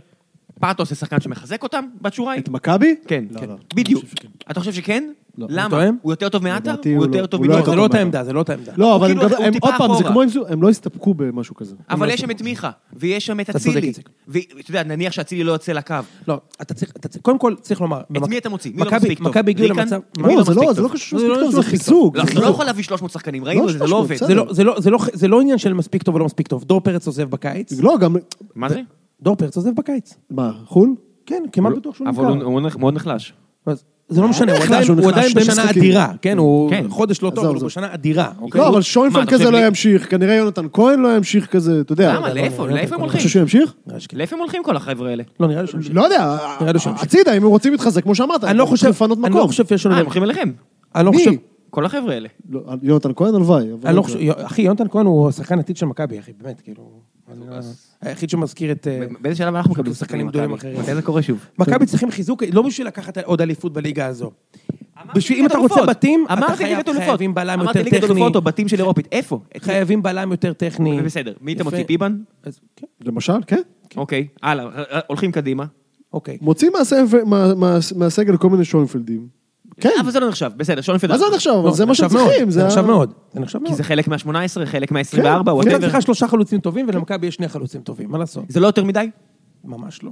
S1: פאטוס זה שחקן שמחזק אותם בשורה?
S2: את מכבי?
S1: כן,
S2: לא,
S1: כן.
S2: לא.
S1: בדיוק.
S2: אני חושב שכן.
S1: אתה חושב שכן?
S2: לא.
S3: אני
S1: למה?
S3: טועה?
S1: הוא יותר טוב מעטר?
S2: לדעתי
S1: הוא
S2: הוא
S1: יותר
S2: לא.
S1: טוב
S2: הוא לא
S1: מדור?
S2: יותר
S3: זה
S2: טוב
S3: לא אותה
S2: מהבא.
S3: עמדה, זה לא אותה עמדה.
S2: לא,
S1: הוא
S2: אבל הם
S1: כאילו
S2: גם-
S1: הוא
S2: הם-
S1: טיפה
S2: עוד פעם, זה
S1: אחורה.
S2: כמו אם זה- הם לא הסתפקו במשהו כזה.
S1: אבל יש שם את מיכה, ויש שם את
S3: אתה צודק,
S1: אצילי.
S3: איציק.
S1: ואתה יודע, נניח שאצילי לא יוצא לקו.
S3: לא, אתה צריך, אתה צריך, קודם כל צריך לומר, את
S1: מי אתה מוציא? מי לא מספיק טוב?
S3: מכבי הגיעו
S1: ריקן?
S3: למצב,
S1: מי
S2: לא,
S1: לא
S2: זה
S1: מספיק
S2: לא זה לא
S1: טוב.
S2: קשור
S3: זה לא-
S2: מספיק טוב,
S3: זה לא
S2: זה
S3: מספיק
S2: חיזוק.
S1: לא,
S2: זה
S1: אתה לא
S2: חיזוק.
S1: יכול להביא 300 שחקנים, ראינו את זה, זה לא
S2: 300,
S1: עובד.
S2: בסדר.
S3: זה לא- זה לא- זה לא- זה לא עניין של מספיק טוב ולא מספיק טוב, דור פרץ עוזב בקיץ,
S2: לא, גם...
S1: מה זה?
S3: דור פרץ עוזב בקיץ,
S2: מה, חו"ל?
S1: אוקיי.
S3: כן, כמעט בטוח שהוא
S1: אבל
S3: נמכר,
S1: הוא נח- מאוד נחלש.
S3: אז זה לא משנה, הוא
S2: נחלש,
S3: עדיין-
S2: הוא
S3: הוא
S2: נחלש
S3: עדיין
S2: שני
S3: בשנה
S2: משחקים.
S3: אדירה, כן, הוא
S1: כן.
S3: חודש לא טוב,
S2: עזוב,
S3: אבל הוא
S2: עזוב.
S3: בשנה אדירה, אוקיי?
S2: לא, אבל
S1: מה,
S2: שוינפלד
S1: אתה
S2: כזה
S1: חושב
S2: לא
S1: לי-
S2: ימשיך, כנראה יונתן כהן לא ימשיך כזה, אתה יודע.
S1: למה? לאיפה? לאיפה הם
S2: אתה
S1: הולכים?
S2: חושב שהוא ימשיך?
S3: נראה לי שכן.
S1: לאיפה הם הולכים כל החבר'ה האלה?
S3: לא, נראה לי שהוא
S2: לא יודע,
S3: נראה לי שהוא ימשיך.
S2: הצידה, אם הם רוצים להתחזק, כמו שאמרת,
S3: אני לא
S2: הם צריכים
S3: חושב,
S2: לפנות
S3: אני
S2: מקום.
S3: לא חושב שיש לנו,
S1: אה, הם הולכים אליכם.
S3: אני לא
S2: מי?
S3: חושב,
S1: כל החבר'ה האלה.
S2: לא, יונתן כהן, הלוואי. אבל
S3: אני לא
S2: זה-
S3: חושב, אחי, יונתן כהן הוא השחקן העתיד של מכבי, אחי, באמת, כאילו, אני לא- היחיד שמזכיר את... אה,
S1: באיזה שלב אנחנו מקבלים
S3: שחקנים
S1: שחקנים
S3: גדולים
S1: מכבי?
S3: אחרים.
S1: מתי זה קורה שוב?
S3: מכבי צריכים חיזוק, לא בשביל לקחת עוד אליפות בליגה הזו. בשביל אם אתה רוצה
S1: אלופות.
S3: בתים, אתה
S1: אמרתי
S3: חייב-
S1: ליגת אלופות.
S3: חייבים בלם
S1: אמרתי
S3: יותר
S1: ליגת
S3: טכני.
S1: אלופות או בתים של אירופית. איפה?
S3: חייבים בלם יותר טכני.
S1: בסדר. מי אתה
S3: יפה.
S1: מוציא? פיבן?
S3: אז כן,
S2: למשל, כן.
S1: אוקיי. הלאה, ר- ר- הולכים קדימה.
S3: אוקיי.
S2: מוצאים מהספ- מה- מה- מהסגל כל מיני שוינפלדים. כן.
S1: אבל זה לא נחשב. בסדר, שונפלד.
S2: מה זה עד עכשיו? אבל
S3: לא,
S2: זה מה שהם
S3: נחשב מאוד,
S2: צריכים.
S3: זה
S2: ה-
S3: נחשב מאוד. זה נחשב
S1: כי
S3: מאוד.
S1: זה חלק מה-18, חלק מה-24,
S2: כן,
S3: קבוצה
S1: וואטאבר.
S3: צריכה שלושה חלוצים טובים, ולמכבי יש שני חלוצים טובים, מה לעשות?
S1: זה לא יותר מדי?
S3: ממש לא.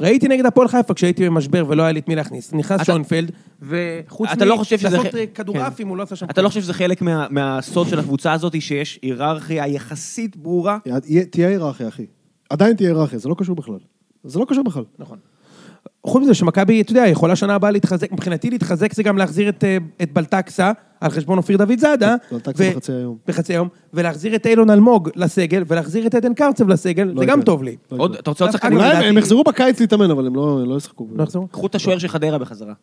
S3: ראיתי נגד הפועל חיפה כשהייתי במשבר ולא היה לי את מי להכניס. נכנס
S1: אתה-
S3: שוינפלד, וחוץ
S1: אתה לא חושב שזה
S3: לעשות
S1: ח-
S3: אה, כדורעפים,
S1: כן.
S3: הוא לא עשה שם...
S1: אתה
S3: כלום.
S1: לא חושב שזה חלק מה- מהסוד של הקבוצה הזאת, שיש היררכיה יחסית ברורה?
S2: יהיה- תהיה היררכיה, אחי. עדיין תהיה היררכיה, זה לא קשור בכלל. זה לא קשור בכלל.
S3: נכון. חוץ מזה שמכבי, אתה יודע, יכולה שנה הבאה להתחזק. מבחינתי להתחזק זה גם להחזיר את, אה, את בלטקסה על חשבון אופיר דוד זאדה.
S2: כן, בלטקסה
S3: ו-
S2: בחצי היום.
S3: בחצי היום. ולהחזיר את אילון אלמוג לסגל, ולהחזיר את עדן קרצב לסגל, זה גם
S2: יקרה.
S3: טוב לי.
S2: לא
S1: עוד-
S2: יקרה.
S1: אתה רוצה עוד
S3: דווקא
S1: שחקנים?
S2: אולי הם-
S3: לדעתי-
S2: הם יחזרו בקיץ להתאמן, אבל הם לא לא ישחקו.
S3: לא יחזור?
S1: קחו את השוער של חדרה בחזרה.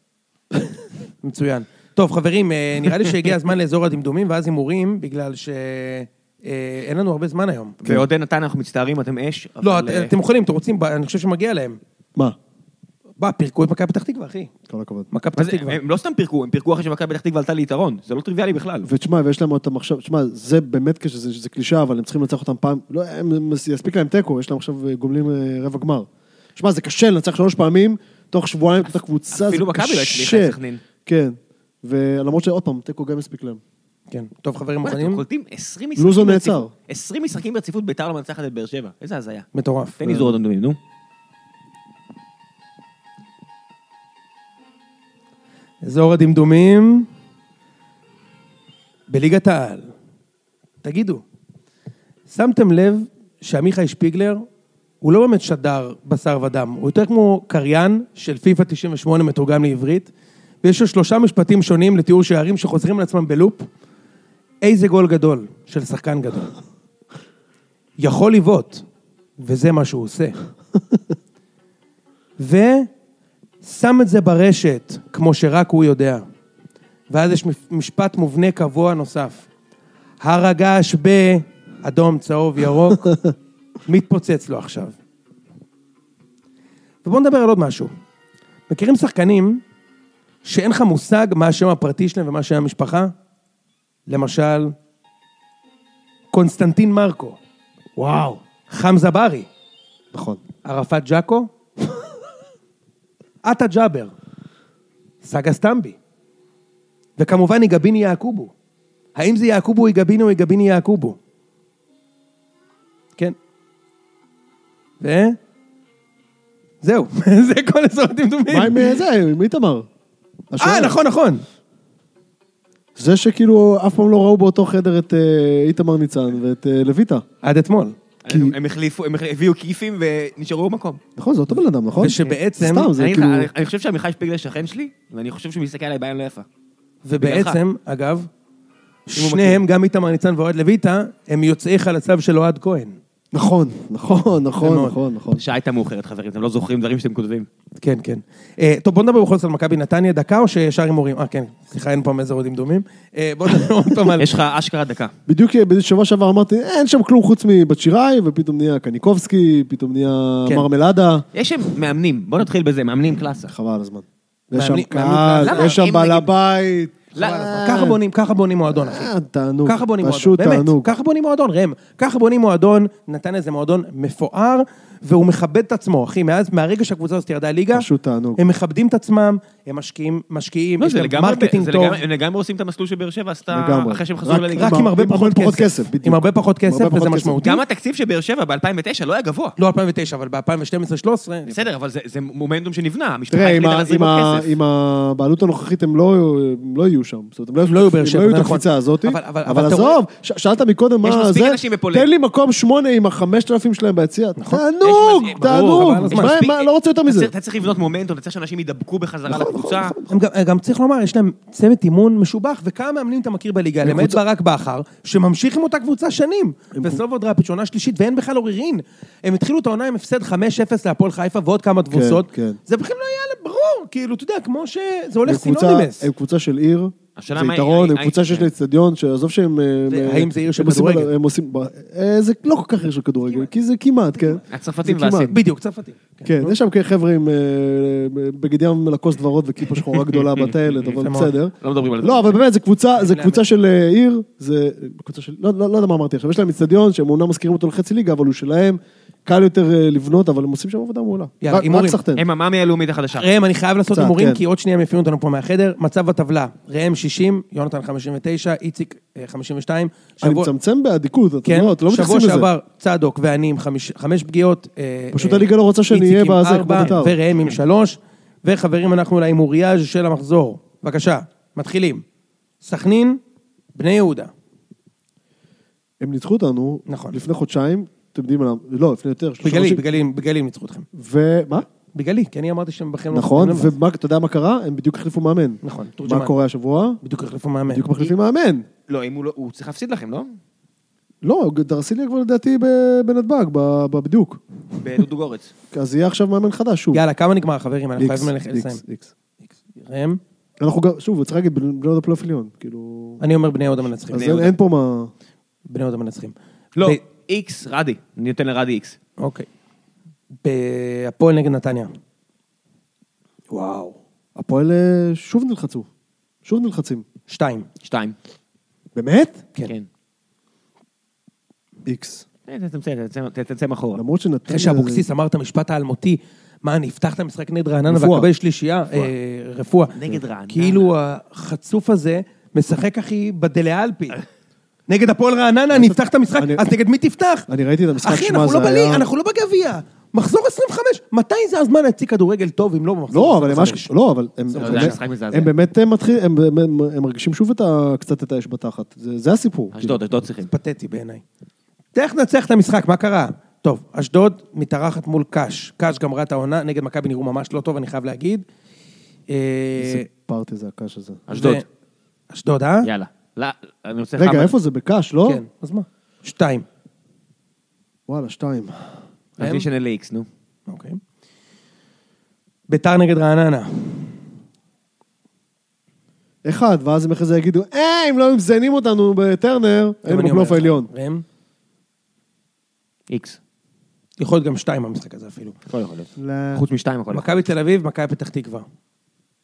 S3: מצוין. טוב, חברים, אה, נראה לי שהגיע הזמן לאזור הדמדומים, ואז הימורים, בגלל ש... אה, אין לנו הרבה זמן היום.
S1: ועודד נתן, אנחנו מצטערים, כן. אתם אש.
S3: לא,
S1: אבל,
S3: את-
S1: אה,
S3: אתם יכולים, אתם רוצים, ב- אני חושב שמגיע להם.
S2: מה?
S3: בא, פירקו את מכבי פתח תקווה, אחי.
S2: כל הכבוד.
S3: מכבי
S1: מה
S3: פתח
S1: זה,
S3: תקווה.
S1: הם לא סתם פירקו, הם פירקו אחרי שמכבי פתח תקווה עלתה ליתרון. זה לא טריוויאלי בכלל.
S2: ותשמע, ויש להם עוד את המחשב, תשמע, זה באמת קשה, זה, זה קלישאה, אבל הם צריכים לנצח אותם פעם, לא, הם, הם- יספיק להם תיקו, יש להם עכשיו אה, גומלין אה, רבע גמר. תשמע, זה קשה לנצח שלוש פעמים, תוך שבועיים את הקבוצה, זה קשה.
S1: אפילו מכבי לא הצליחה את סכנין.
S2: כן, ולמרות שעוד פעם, תיקו גם יספיק להם.
S3: כן. טוב, חברים,
S1: וואלה,
S3: מוכנים?
S1: אתם קולטים 20 משחקים
S2: לוזון
S1: ברציפות.
S2: נעצר.
S1: 20 משחקים ברציפות ביתר לא מנצחת את באר שבע. איזה הזיה.
S3: מטורף.
S1: תן לי זור אדומים, נו.
S3: אזור הדמדומים בליגת העל. תגידו, שמתם לב שעמיחי שפיגלר הוא לא באמת שדר בשר ודם, הוא יותר כמו קריין של פיפ"א 98 מתורגם לעברית, ויש לו שלושה משפטים שונים לתיאור שערים שחוזרים על עצמם בלופ. איזה גול גדול של שחקן גדול. יכול לבעוט, וזה מה שהוא עושה. ושם את זה ברשת, כמו שרק הוא יודע. ואז יש משפט מובנה קבוע נוסף. הרגש ב... אדום, צהוב, ירוק, מתפוצץ לו עכשיו. ובואו נדבר על עוד משהו. מכירים שחקנים שאין לך מושג מה השם הפרטי שלהם ומה שם המשפחה? למשל, קונסטנטין מרקו,
S2: וואו.
S3: חמזה ברי,
S2: נכון.
S3: ערפאת ג'אקו, עטה ג'אבר, סגה סטמבי, וכמובן יגביני יעקובו. האם זה יעקובו יגביני או יגביני יעקובו? כן. ו... זהו, זה כל הסרטים דומים.
S2: מה עם אה, זה, עם איתמר?
S3: אה,
S2: השוער.
S3: נכון, נכון.
S2: זה שכאילו אף פעם לא ראו באותו חדר את אה, איתמר ניצן ואת אה, לויטה.
S3: עד אתמול.
S1: הם- הם החליפו, הם הביאו כיפים ונשארו במקום.
S2: נכון, זה אותו בן אדם, נכון?
S3: ושבעצם-
S2: סתם, זה
S1: אני-
S2: כאילו...
S1: אני- אני חושב שעמיחי שפיגלר שכן שלי, ואני חושב שהוא מסתכל עליי בעין לא יפה.
S3: ובעצם, אגב,
S1: הוא
S3: שניהם, גם איתמר ניצן ואוהד לויטה, הם יוצאי חלציו של אוהד כהן.
S2: נכון, נכון, נכון,
S3: מאוד.
S2: נכון, נכון.
S1: השעה הייתה מאוחרת, חברים, אתם לא זוכרים דברים שאתם כותבים.
S3: כן, כן. אה, טוב, בוא נדבר בכל זאת על מכבי נתניה דקה, או שישר עם הורים? אה, כן, סליחה, אין פה איזה רודים דומים. אה, בוא נדבר עוד פעם על...
S1: יש לך אשכרה דקה.
S2: בדיוק בשבוע שעבר אמרתי, אין שם כלום חוץ מבת שיראי, ופתאום נהיה קניקובסקי, פתאום נהיה
S3: כן.
S2: מרמלדה.
S1: יש שם מאמנים, בוא נתחיל בזה, מאמנים קלאסה.
S2: חבל על הזמן. יש שם
S3: מאמנים-
S2: קהל,
S1: מאמנים-
S2: יש שם
S1: למה? אם
S2: בעל
S1: נגיד-
S2: הבית.
S1: לא,
S2: אה,
S3: ככה בונים, ככה בונים מועדון, אחי.
S2: אה, תענוג.
S3: ככה בונים מועדון,
S2: פשוט
S3: באמת,
S2: תענוג.
S3: ככה בונים מועדון, ראם. ככה בונים מועדון, נתן איזה מועדון מפואר, והוא מכבד את עצמו, אחי, מאז, מהרגע שהקבוצה הזאת ירדה ליגה,
S2: פשוט תענוג.
S3: הם מכבדים את עצמם, הם משקיעים, משקיעים,
S1: לא,
S3: יש
S1: זה
S3: להם
S1: לגמרי,
S3: מרקטינג
S1: זה
S3: טוב,
S1: לגמרי- הם לגמרי עושים את המסלול שבאר שבע עשתה
S2: לגמרי.
S1: אחרי שהם חזרו
S2: רק-
S1: לליגה.
S3: רק עם הרבה
S2: עם הרבה
S3: פחות
S2: פחות
S3: כסף,
S2: כסף, בדיוק.
S3: עם הרבה פחות
S2: עם
S3: כסף,
S2: הרבה
S3: וזה
S2: פחות כסף.
S3: משמעותי.
S1: גם התקציב של באר שבע ב-2009 לא היה גבוה.
S3: לא 2009, אבל ב-2012-2013,
S1: בסדר, אבל זה- זה מומנטום שנבנה, המשפחה
S2: תראה, עם
S1: החליטה
S2: ה-
S1: להזרים
S2: עם
S1: עוד
S2: ה-
S1: כסף.
S2: עם הבעלות הנוכחית הם לא הם לא יהיו שם. זאת אומרת,
S3: הם לא יהיו באר שבע,
S2: הם לא
S3: זה
S2: יהיו את
S3: נכון.
S2: הקפיצה הזאת.
S3: אבל- אבל-
S2: אבל
S3: אבל אתה
S2: עזוב, ש- שאלת מקודם
S1: יש
S2: מה
S1: מספיק
S2: זה,
S1: אנשים בפולין.
S2: תן לי מקום שמונה עם החמשת אלפים שלהם ביציע.
S1: יש מס-
S2: תענוג,
S3: נכון. ברור,
S2: תענוג.
S3: אבל אז
S1: יש
S2: מה,
S1: מספיק-
S2: מה, לא רוצה יותר
S1: אתה
S2: מזה.
S1: צריך- אתה צריך לבנות מומנטום, אתה צריך שאנשים ידבקו בחזרה
S2: נכון,
S1: לקבוצה.
S2: נכון, נכון.
S3: הם גם, אה, גם צריך לומר, יש להם צוות אימון משובח, וכמה מאמנים אתה מכיר בליגה, למעט ברק בכר, שממשיך עם אותה קבוצה שנים. וסלובוד ראפיץ' עונה שלישית, ואין בכלל עוררין. הם התחילו את העונה עם הפסד 5-0 להפועל חיפה ועוד כמה תבוסות.
S2: כן.
S3: זה בכלל לא היה ברור, כאילו, אתה יודע, כמו שזה הולך
S2: הם קבוצה-
S3: סינונימס.
S2: הם קבוצה של עיר, זה
S1: השאלה מה-
S2: יתרון, הם
S1: האם-
S2: קבוצה שיש לה אצטדיון, שעזוב שהם...
S3: כן. זה-
S2: הם-
S3: האם זה עיר
S2: הם
S3: של
S2: עושים-
S3: כדורגל?
S2: הם עושים... אה, זה לא כל כך עיר של כדורגל, כי זה כמעט, כן.
S1: הצרפתים
S2: זה כמעט.
S1: והסינים.
S3: בדיוק, צרפתים.
S2: כן, יש שם חבר'ה עם אה, בגד ים מלקוס דברות וכיפה שחורה גדולה בטיילת, אבל
S3: יפה מאוד.
S2: בסדר.
S1: לא מדברים על זה.
S2: לא, אבל באמת, זו קבוצה, זו קבוצה של אה, עיר, זה קבוצה של... לא לא- לא יודע מה אמרתי עכשיו, יש להם אצטדיון שהם אומנם מזכירים אותו לחצי ליגה, אבל הוא שלהם, קל יותר אה, לבנות, אבל הם עושים שם עבודה מעולה.
S3: יאללה,
S2: רק-
S3: הימורים.
S2: רק סחטן.
S1: הם המאמי הלאומית החדשה.
S3: ראם, אני חייב לעשות
S2: קצת,
S3: הימורים,
S2: כן.
S3: כי עוד שנייה הם יפנו אותנו פה מהחדר. מצב הטבלה, ראם 60, יונתן 59, איציק אה, 52.
S2: אני
S3: שבוע-
S2: מצמצם באדיקות, אתה
S3: כן,
S2: לא- אתה לא מתייחסים
S3: שבוע
S2: לזה.
S3: שעבר צדוק ואני עם חמיש- חמש פגיעות. אה,
S2: פשוט
S3: אה,
S2: הליגה לא רוצה שאני
S3: איציק
S2: אהיה
S3: עם
S2: בזה, כמו
S3: ארבע,
S2: בית"ר.
S3: וראם עם שלוש. וחברים, אנחנו להימוריאז' של המחזור. בבקשה, מתחילים. סכנין, בני יהודה.
S2: הם ניצחו אותנו
S3: נכון.
S2: לפני חודשיים, אתם יודעים למה, לא, לפני יותר. שלושה
S3: בגלי,
S2: חודשים.
S3: בגלי, בגלי הם ניצחו אתכם.
S2: ומה?
S3: בגלי, כי אני אמרתי שהם בכם... לא
S2: נכון,
S3: מסוגלים לבד.
S2: ואתה יודע מה קרה? הם בדיוק החליפו מאמן.
S3: נכון, תורג'מן.
S2: מה קורה השבוע?
S3: בדיוק החליפו מאמן.
S2: בדיוק מחליפים מאמן.
S1: לא, אם הוא לא, הוא צריך להפסיד לכם, לא?
S2: לא, דרסיליה כבר לדעתי ב- בנתב"ג, ב- ב- בדיוק.
S1: בדודוגורץ.
S2: אז יהיה עכשיו מאמן חדש, שוב.
S3: יאללה, כמה נגמר, חברים? אנחנו
S2: איקס,
S3: חייבים ללכת
S2: איקס,
S3: לסיים.
S2: איקס.
S3: ראם?
S2: אנחנו גם, שוב, צריך להגיד, בני יהודה פלייאוף עליון, כאילו...
S3: אני אומר בני יהודה מנצחים.
S2: אז
S1: בני
S2: אין-
S1: יהודה.
S2: אין פה מה...
S3: בני יהודה מנצחים.
S1: לא,
S3: ב-
S1: איקס, רדי. אני נותן לרדי איקס.
S3: אוקיי. בהפועל נגד נתניה. וואו.
S2: הפועל אה, שוב נלחצו. שוב נלחצים.
S3: שתיים.
S1: שתיים.
S2: באמת?
S3: כן.
S1: כן.
S2: איקס.
S1: אה, תצא- תצא- תצא מאחורה.
S2: למרות שנתן...
S3: אחרי שאבוקסיס אמר את המשפט האלמותי, מה, אני אפתח את המשחק נגד רעננה
S2: רפואה.
S3: ואקבל שלישייה, אה, רפואה.
S1: נגד רעננה.
S3: כאילו החצוף הזה משחק, אחי, בדליאלפי. נגד הפועל רעננה, אני אפתח את המשחק,
S2: אני-
S3: אז נגד מי תפתח?
S2: אני ראיתי את המשחק,
S3: אחי,
S2: שמע,
S3: אנחנו
S2: זה
S3: לא בלי,
S2: היה-
S3: אנחנו לא בגביע. מחזור 25, מתי זה הזמן להציג כדורגל טוב אם לא במחזור
S2: לא, אבל הם
S3: 25?
S2: אשכ... לא, אבל הם,
S1: זה
S2: באמת-
S1: היה משחק מזעזע.
S2: הם באמת אה, מתחיל, הם, הם, הם, הם מרגישים שוב את ה... קצת את האש בתחת. זה, זה הסיפור.
S1: אשדוד, אשדוד צריכים.
S3: פתטי בעיניי. תכף ננצח את המשחק, מה קרה? טוב, אשדוד מתארחת מול קאש. קאש גמרה את העונה, נגד מכבי נראו ממש לא טוב, אני חייב להגיד. אה,
S2: איזה פארטי זה הקש הזה.
S1: אשדוד.
S3: ו- אשדוד, אה?
S1: יאללה. לא, אני רוצה...
S2: רגע,
S1: חמד.
S2: איפה זה? בקאש, לא?
S3: כן, אז מה? שתיים.
S2: וואלה, שתיים.
S1: אז
S3: הם?
S1: מי שנה ל-X, נו.
S3: אוקיי. ביתר נגד רעננה.
S2: אחד, ואז הם אחרי זה יגידו, אה, אם לא מזיינים אותנו בטרנר,
S3: גם
S2: היינו
S3: אני אומר
S2: בפלייאוף
S3: לך.
S2: העליון.
S3: ראם?
S1: X.
S3: יכול להיות גם שתיים במשחק הזה אפילו.
S1: הכל יכול להיות.
S2: לא.
S1: חוץ משתיים הכל יכול.
S3: מכבי תל אביב, מכבי פתח תקווה.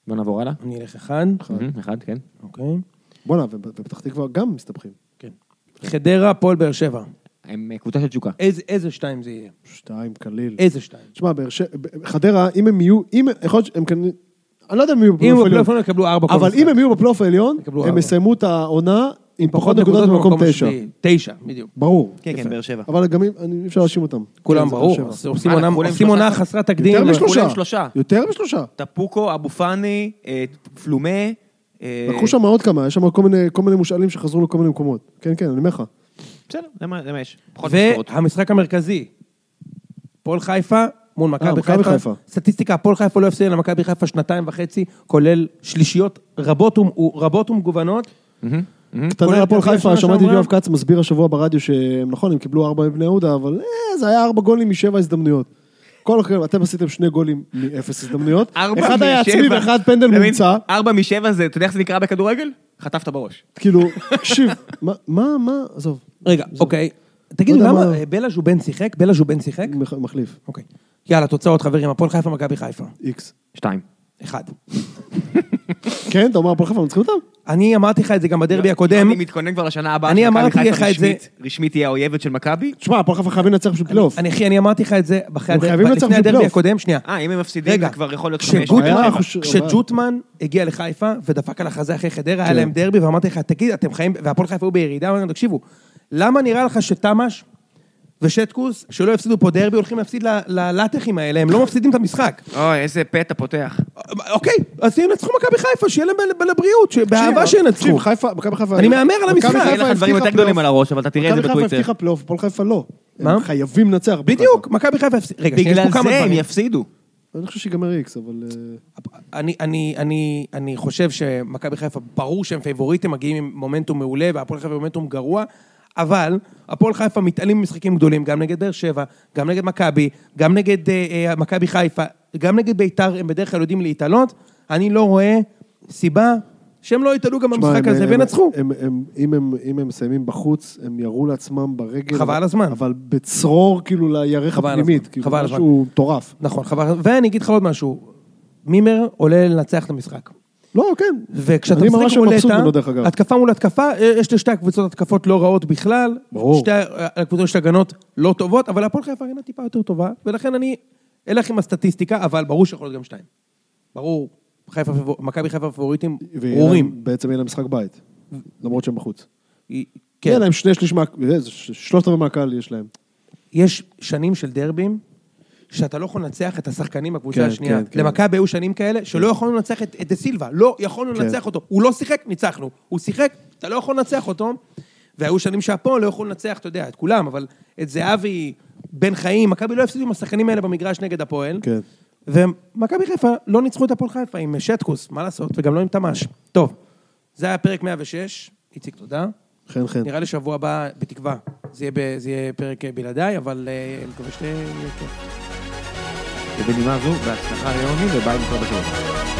S1: בוא נעבור הלאה.
S3: אני אלך אחד.
S1: Mhm, אחד, כן.
S3: אוקיי.
S2: בואנה, ובפתח תקווה גם מסתבכים.
S3: כן. חדרה, הפועל באר שבע.
S1: הם אה, קבוצה של תשוקה.
S3: איזה- איזה שתיים זה יהיה?
S2: שתיים, קליל.
S1: אה,
S3: איזה שתיים?
S2: תשמע, באר שבע, חדרה, אם הם יהיו, אם, יכול להיות שהם כנראה, אני לא יודע אם הם יהיו
S3: אם
S2: בפלייאוף
S3: הוא בפלייאוף
S2: העליון,
S3: העליון, יקבלו ארבע כל
S2: אבל
S3: משחק.
S2: אם הם יהיו בפלייאוף העליון,
S3: יקבלו
S2: הם
S3: ארבע.
S2: יסיימו את העונה עם פחות נקודות במקום תשע.
S3: השביעי. תשע, בדיוק.
S2: ברור.
S1: כן,
S3: יפה.
S1: כן, באר שבע.
S2: אבל גם אם- אני- אי אפשר להאשים אותם.
S3: כולם
S2: כן, זה
S3: ברור.
S2: באר שבע.
S3: אז עושים
S1: אנא,
S3: עונה-
S1: אה, כולם
S3: עושים
S1: שלושה.
S3: עונה חסרת תקדים.
S2: יותר
S1: כולם
S2: משלושה.
S1: שלושה.
S2: יותר משלושה.
S1: טפוקו, אבו פאני, אה, פלומה. אה,
S2: לקחו שם עוד כמה, יש שם כל מיני- כל מיני מושאלים שחזרו לכל מיני מקומות. כן, כן, אני אומר לך.
S1: בסדר, זה מה זה מה יש. פחות מספרות.
S3: והמשחק המרכזי, הפועל חיפה מול מכבי
S2: אה, מכבי
S3: חיפה.
S2: חיפה.
S3: סטטיסטיקה, הפועל חיפה לא הפסיד למכבי חיפה שנתיים וחצי, כולל שלישיות רבות ומ- רבות ומגוונות.
S2: קטנה לפועל
S3: כולל
S2: חיפה,
S3: השנה
S2: שמעתי את
S3: שעברה?
S2: יואב כץ מסביר השבוע ברדיו שהם, נכון, הם קיבלו ארבע מבני יהודה, אבל אה, זה היה ארבע גולים משבע הזדמנויות. כל אחר, אתם עשיתם שני גולים מאפס הזדמנויות.
S1: ארבע
S2: אחד היה
S1: משבע.
S2: עצמי ואחד פנדל
S1: אתה מבין?
S2: מומצא.
S1: ארבע משבע זה, אתה יודע איך זה נקרא בכדורגל? חטפת בראש.
S2: כאילו, תקשיב, מה, מה, מה, עזוב,
S3: רגע, אוקיי. תגידו,
S2: לא יודע
S3: למה
S2: מה-
S3: אה, בלה ז'ובן שיחק? בלה ז'ובן שיחק?
S2: מח- מחליף,
S3: אוקיי. יאללה, תוצאות חברים, הפועל חיפה, מכבי חיפה.
S2: איקס.
S1: שתיים.
S3: אחד.
S2: כן, אתה אומר, הפועל חיפה מנצחים אותם?
S3: אני אמרתי לך את זה גם בדרבי הקודם.
S1: לא, אני מתכונן כבר לשנה הבאה.
S3: אני
S1: שמכבי
S3: אמרתי
S1: חיפה
S3: לך את זה.
S1: רשמית- רשמית תהיה האויבת של מכבי.
S2: תשמע, הפועל חיפה חייבים לנצח בשביל פלייאוף.
S3: אני אחי, אני אמרתי לך את זה אחרי
S2: הם
S3: הדר-
S2: חייבים לנצח
S3: לפני
S2: בפלייאוף.
S3: הדרבי הקודם, שנייה.
S1: אה, אם הם מפסידים, זה כבר יכול להיות חמש.
S2: היה
S3: כשגוטמן,
S2: אנחנו ש-
S3: כשג'וטמן הגיע לחיפה ודפק על החזה אחרי חדרה, היה להם דרבי, ואמרתי לך, תגיד, אתם חיים, והפועל חיפה היו בירידה, אמרנו, תקשיבו, למה נראה לך שתמ"ש ושטקוס, שלא הפסידו פה דרבי, הולכים להפסיד ל- ללטחים האלה, הם לא מפסידים את המשחק.
S1: אוי, איזה פה אתה פותח.
S3: אוקיי, אז תנצחו מכבי חיפה, שיהיה להם ב- ב- לבריאות, שבאהבה שינצחו.
S2: תקשיב, חיפה, מכבי חיפה...
S3: אני מהמר על
S2: מכבי
S3: המשחק.
S2: חיפה
S3: יהיה
S1: לך דברים
S2: הבטיחה
S1: יותר גדולים
S2: פלייאוף.
S1: על הראש, אבל אתה תראה את זה
S2: מכבי
S1: בטוויטר.
S2: חיפה הבטיחה פלייאוף, הפועל חיפה לא.
S3: מה?
S2: הם חייבים לנצח. הפועל
S3: בדיוק,
S2: חיפה.
S3: מכבי חיפה הפסידו. רגע, שנייה, יש
S1: בגלל
S3: פה כמה
S1: זה הם
S3: דברים.
S1: יפסידו.
S2: אני חושב שיגמר איקס, אבל... אה,
S3: אני, אני, אני, אני חושב שמכבי חיפה, ברור שהם פייבוריטים, מגיעים עם מומנטום מעולה, והפועל חיפה במומנטום גרוע, אבל הפועל חיפה מתעלים במשחקים גדולים, גם נגד באר שבע, גם נגד מכבי, גם נגד אה, אה, מכבי חיפה, גם נגד ביתר, הם בדרך כלל יודעים להתעלות. אני לא רואה סיבה שהם לא יתעלו גם
S2: תשמע,
S3: במשחק
S2: הם-
S3: הזה
S2: הם-
S3: וינצחו.
S2: הם- הם- אם הם- אם הם מסיימים בחוץ, הם ירו לעצמם ברגל.
S3: חבל
S2: אבל-
S3: הזמן.
S2: אבל בצרור, כאילו, לירך
S3: חבל
S2: הפנימית.
S3: הזמן,
S2: כאילו,
S3: חבל הזמן.
S2: משהו מטורף.
S3: נכון, חבל. ואני אגיד לך עוד משהו, מימר עולה לנצח את המשחק.
S2: לא, כן.
S3: וכשאתה
S2: אני
S3: משחק
S2: ממש לא מבסוט ממנו, דרך
S3: רולטה,
S2: אגב.
S3: התקפה מול התקפה, אה, יש לשתי הקבוצות התקפות לא רעות בכלל.
S2: ברור.
S3: שתי ה- הקבוצות יש הגנות לא טובות, אבל הפועל חיפה הגנה טיפה יותר טובה, ולכן אני אלך עם הסטטיסטיקה, אבל ברור שיכול להיות גם שתיים. ברור, חיפה פבו- מכבי חיפה פבוריטים
S2: ויהיה להם-
S3: ברורים.
S2: בעצם יהיה להם משחק בית. למרות שהם בחוץ.
S3: היא-
S2: יהיה
S3: כן,
S2: להם שני שליש מה... אה, זה ש- שלושת רבעי מהקהל יש להם.
S3: יש שנים של דרבים. שאתה לא יכול לנצח את השחקנים בקבוצה
S2: כן,
S3: השנייה.
S2: כן, כן.
S3: למכבי היו שנים כאלה שלא יכולנו לנצח את את דה סילבה, לא יכולנו
S2: כן.
S3: לנצח אותו. הוא לא שיחק, ניצחנו. הוא שיחק, אתה לא יכול לנצח אותו. והיו שנים שהפועל לא יכול לנצח, אתה יודע, את כולם, אבל את זהבי, בן חיים, מכבי לא הפסידו עם השחקנים האלה במגרש נגד הפועל.
S2: כן.
S3: ומכבי חיפה לא ניצחו את הפועל חיפה עם שטקוס, מה לעשות, וגם לא עם תמ"ש. טוב, זה היה פרק 106. איציק, תודה.
S2: חן חן.
S3: נראה לי שבוע הבא, בתקווה, זה יהיה, ב- זה יהיה פרק אה, בלעדיי, אבל אה, אני מקווה שתהיה... יהיה כיף.
S1: ובנימה זו, בהצלחה ליוני וביי עם כל הכבוד.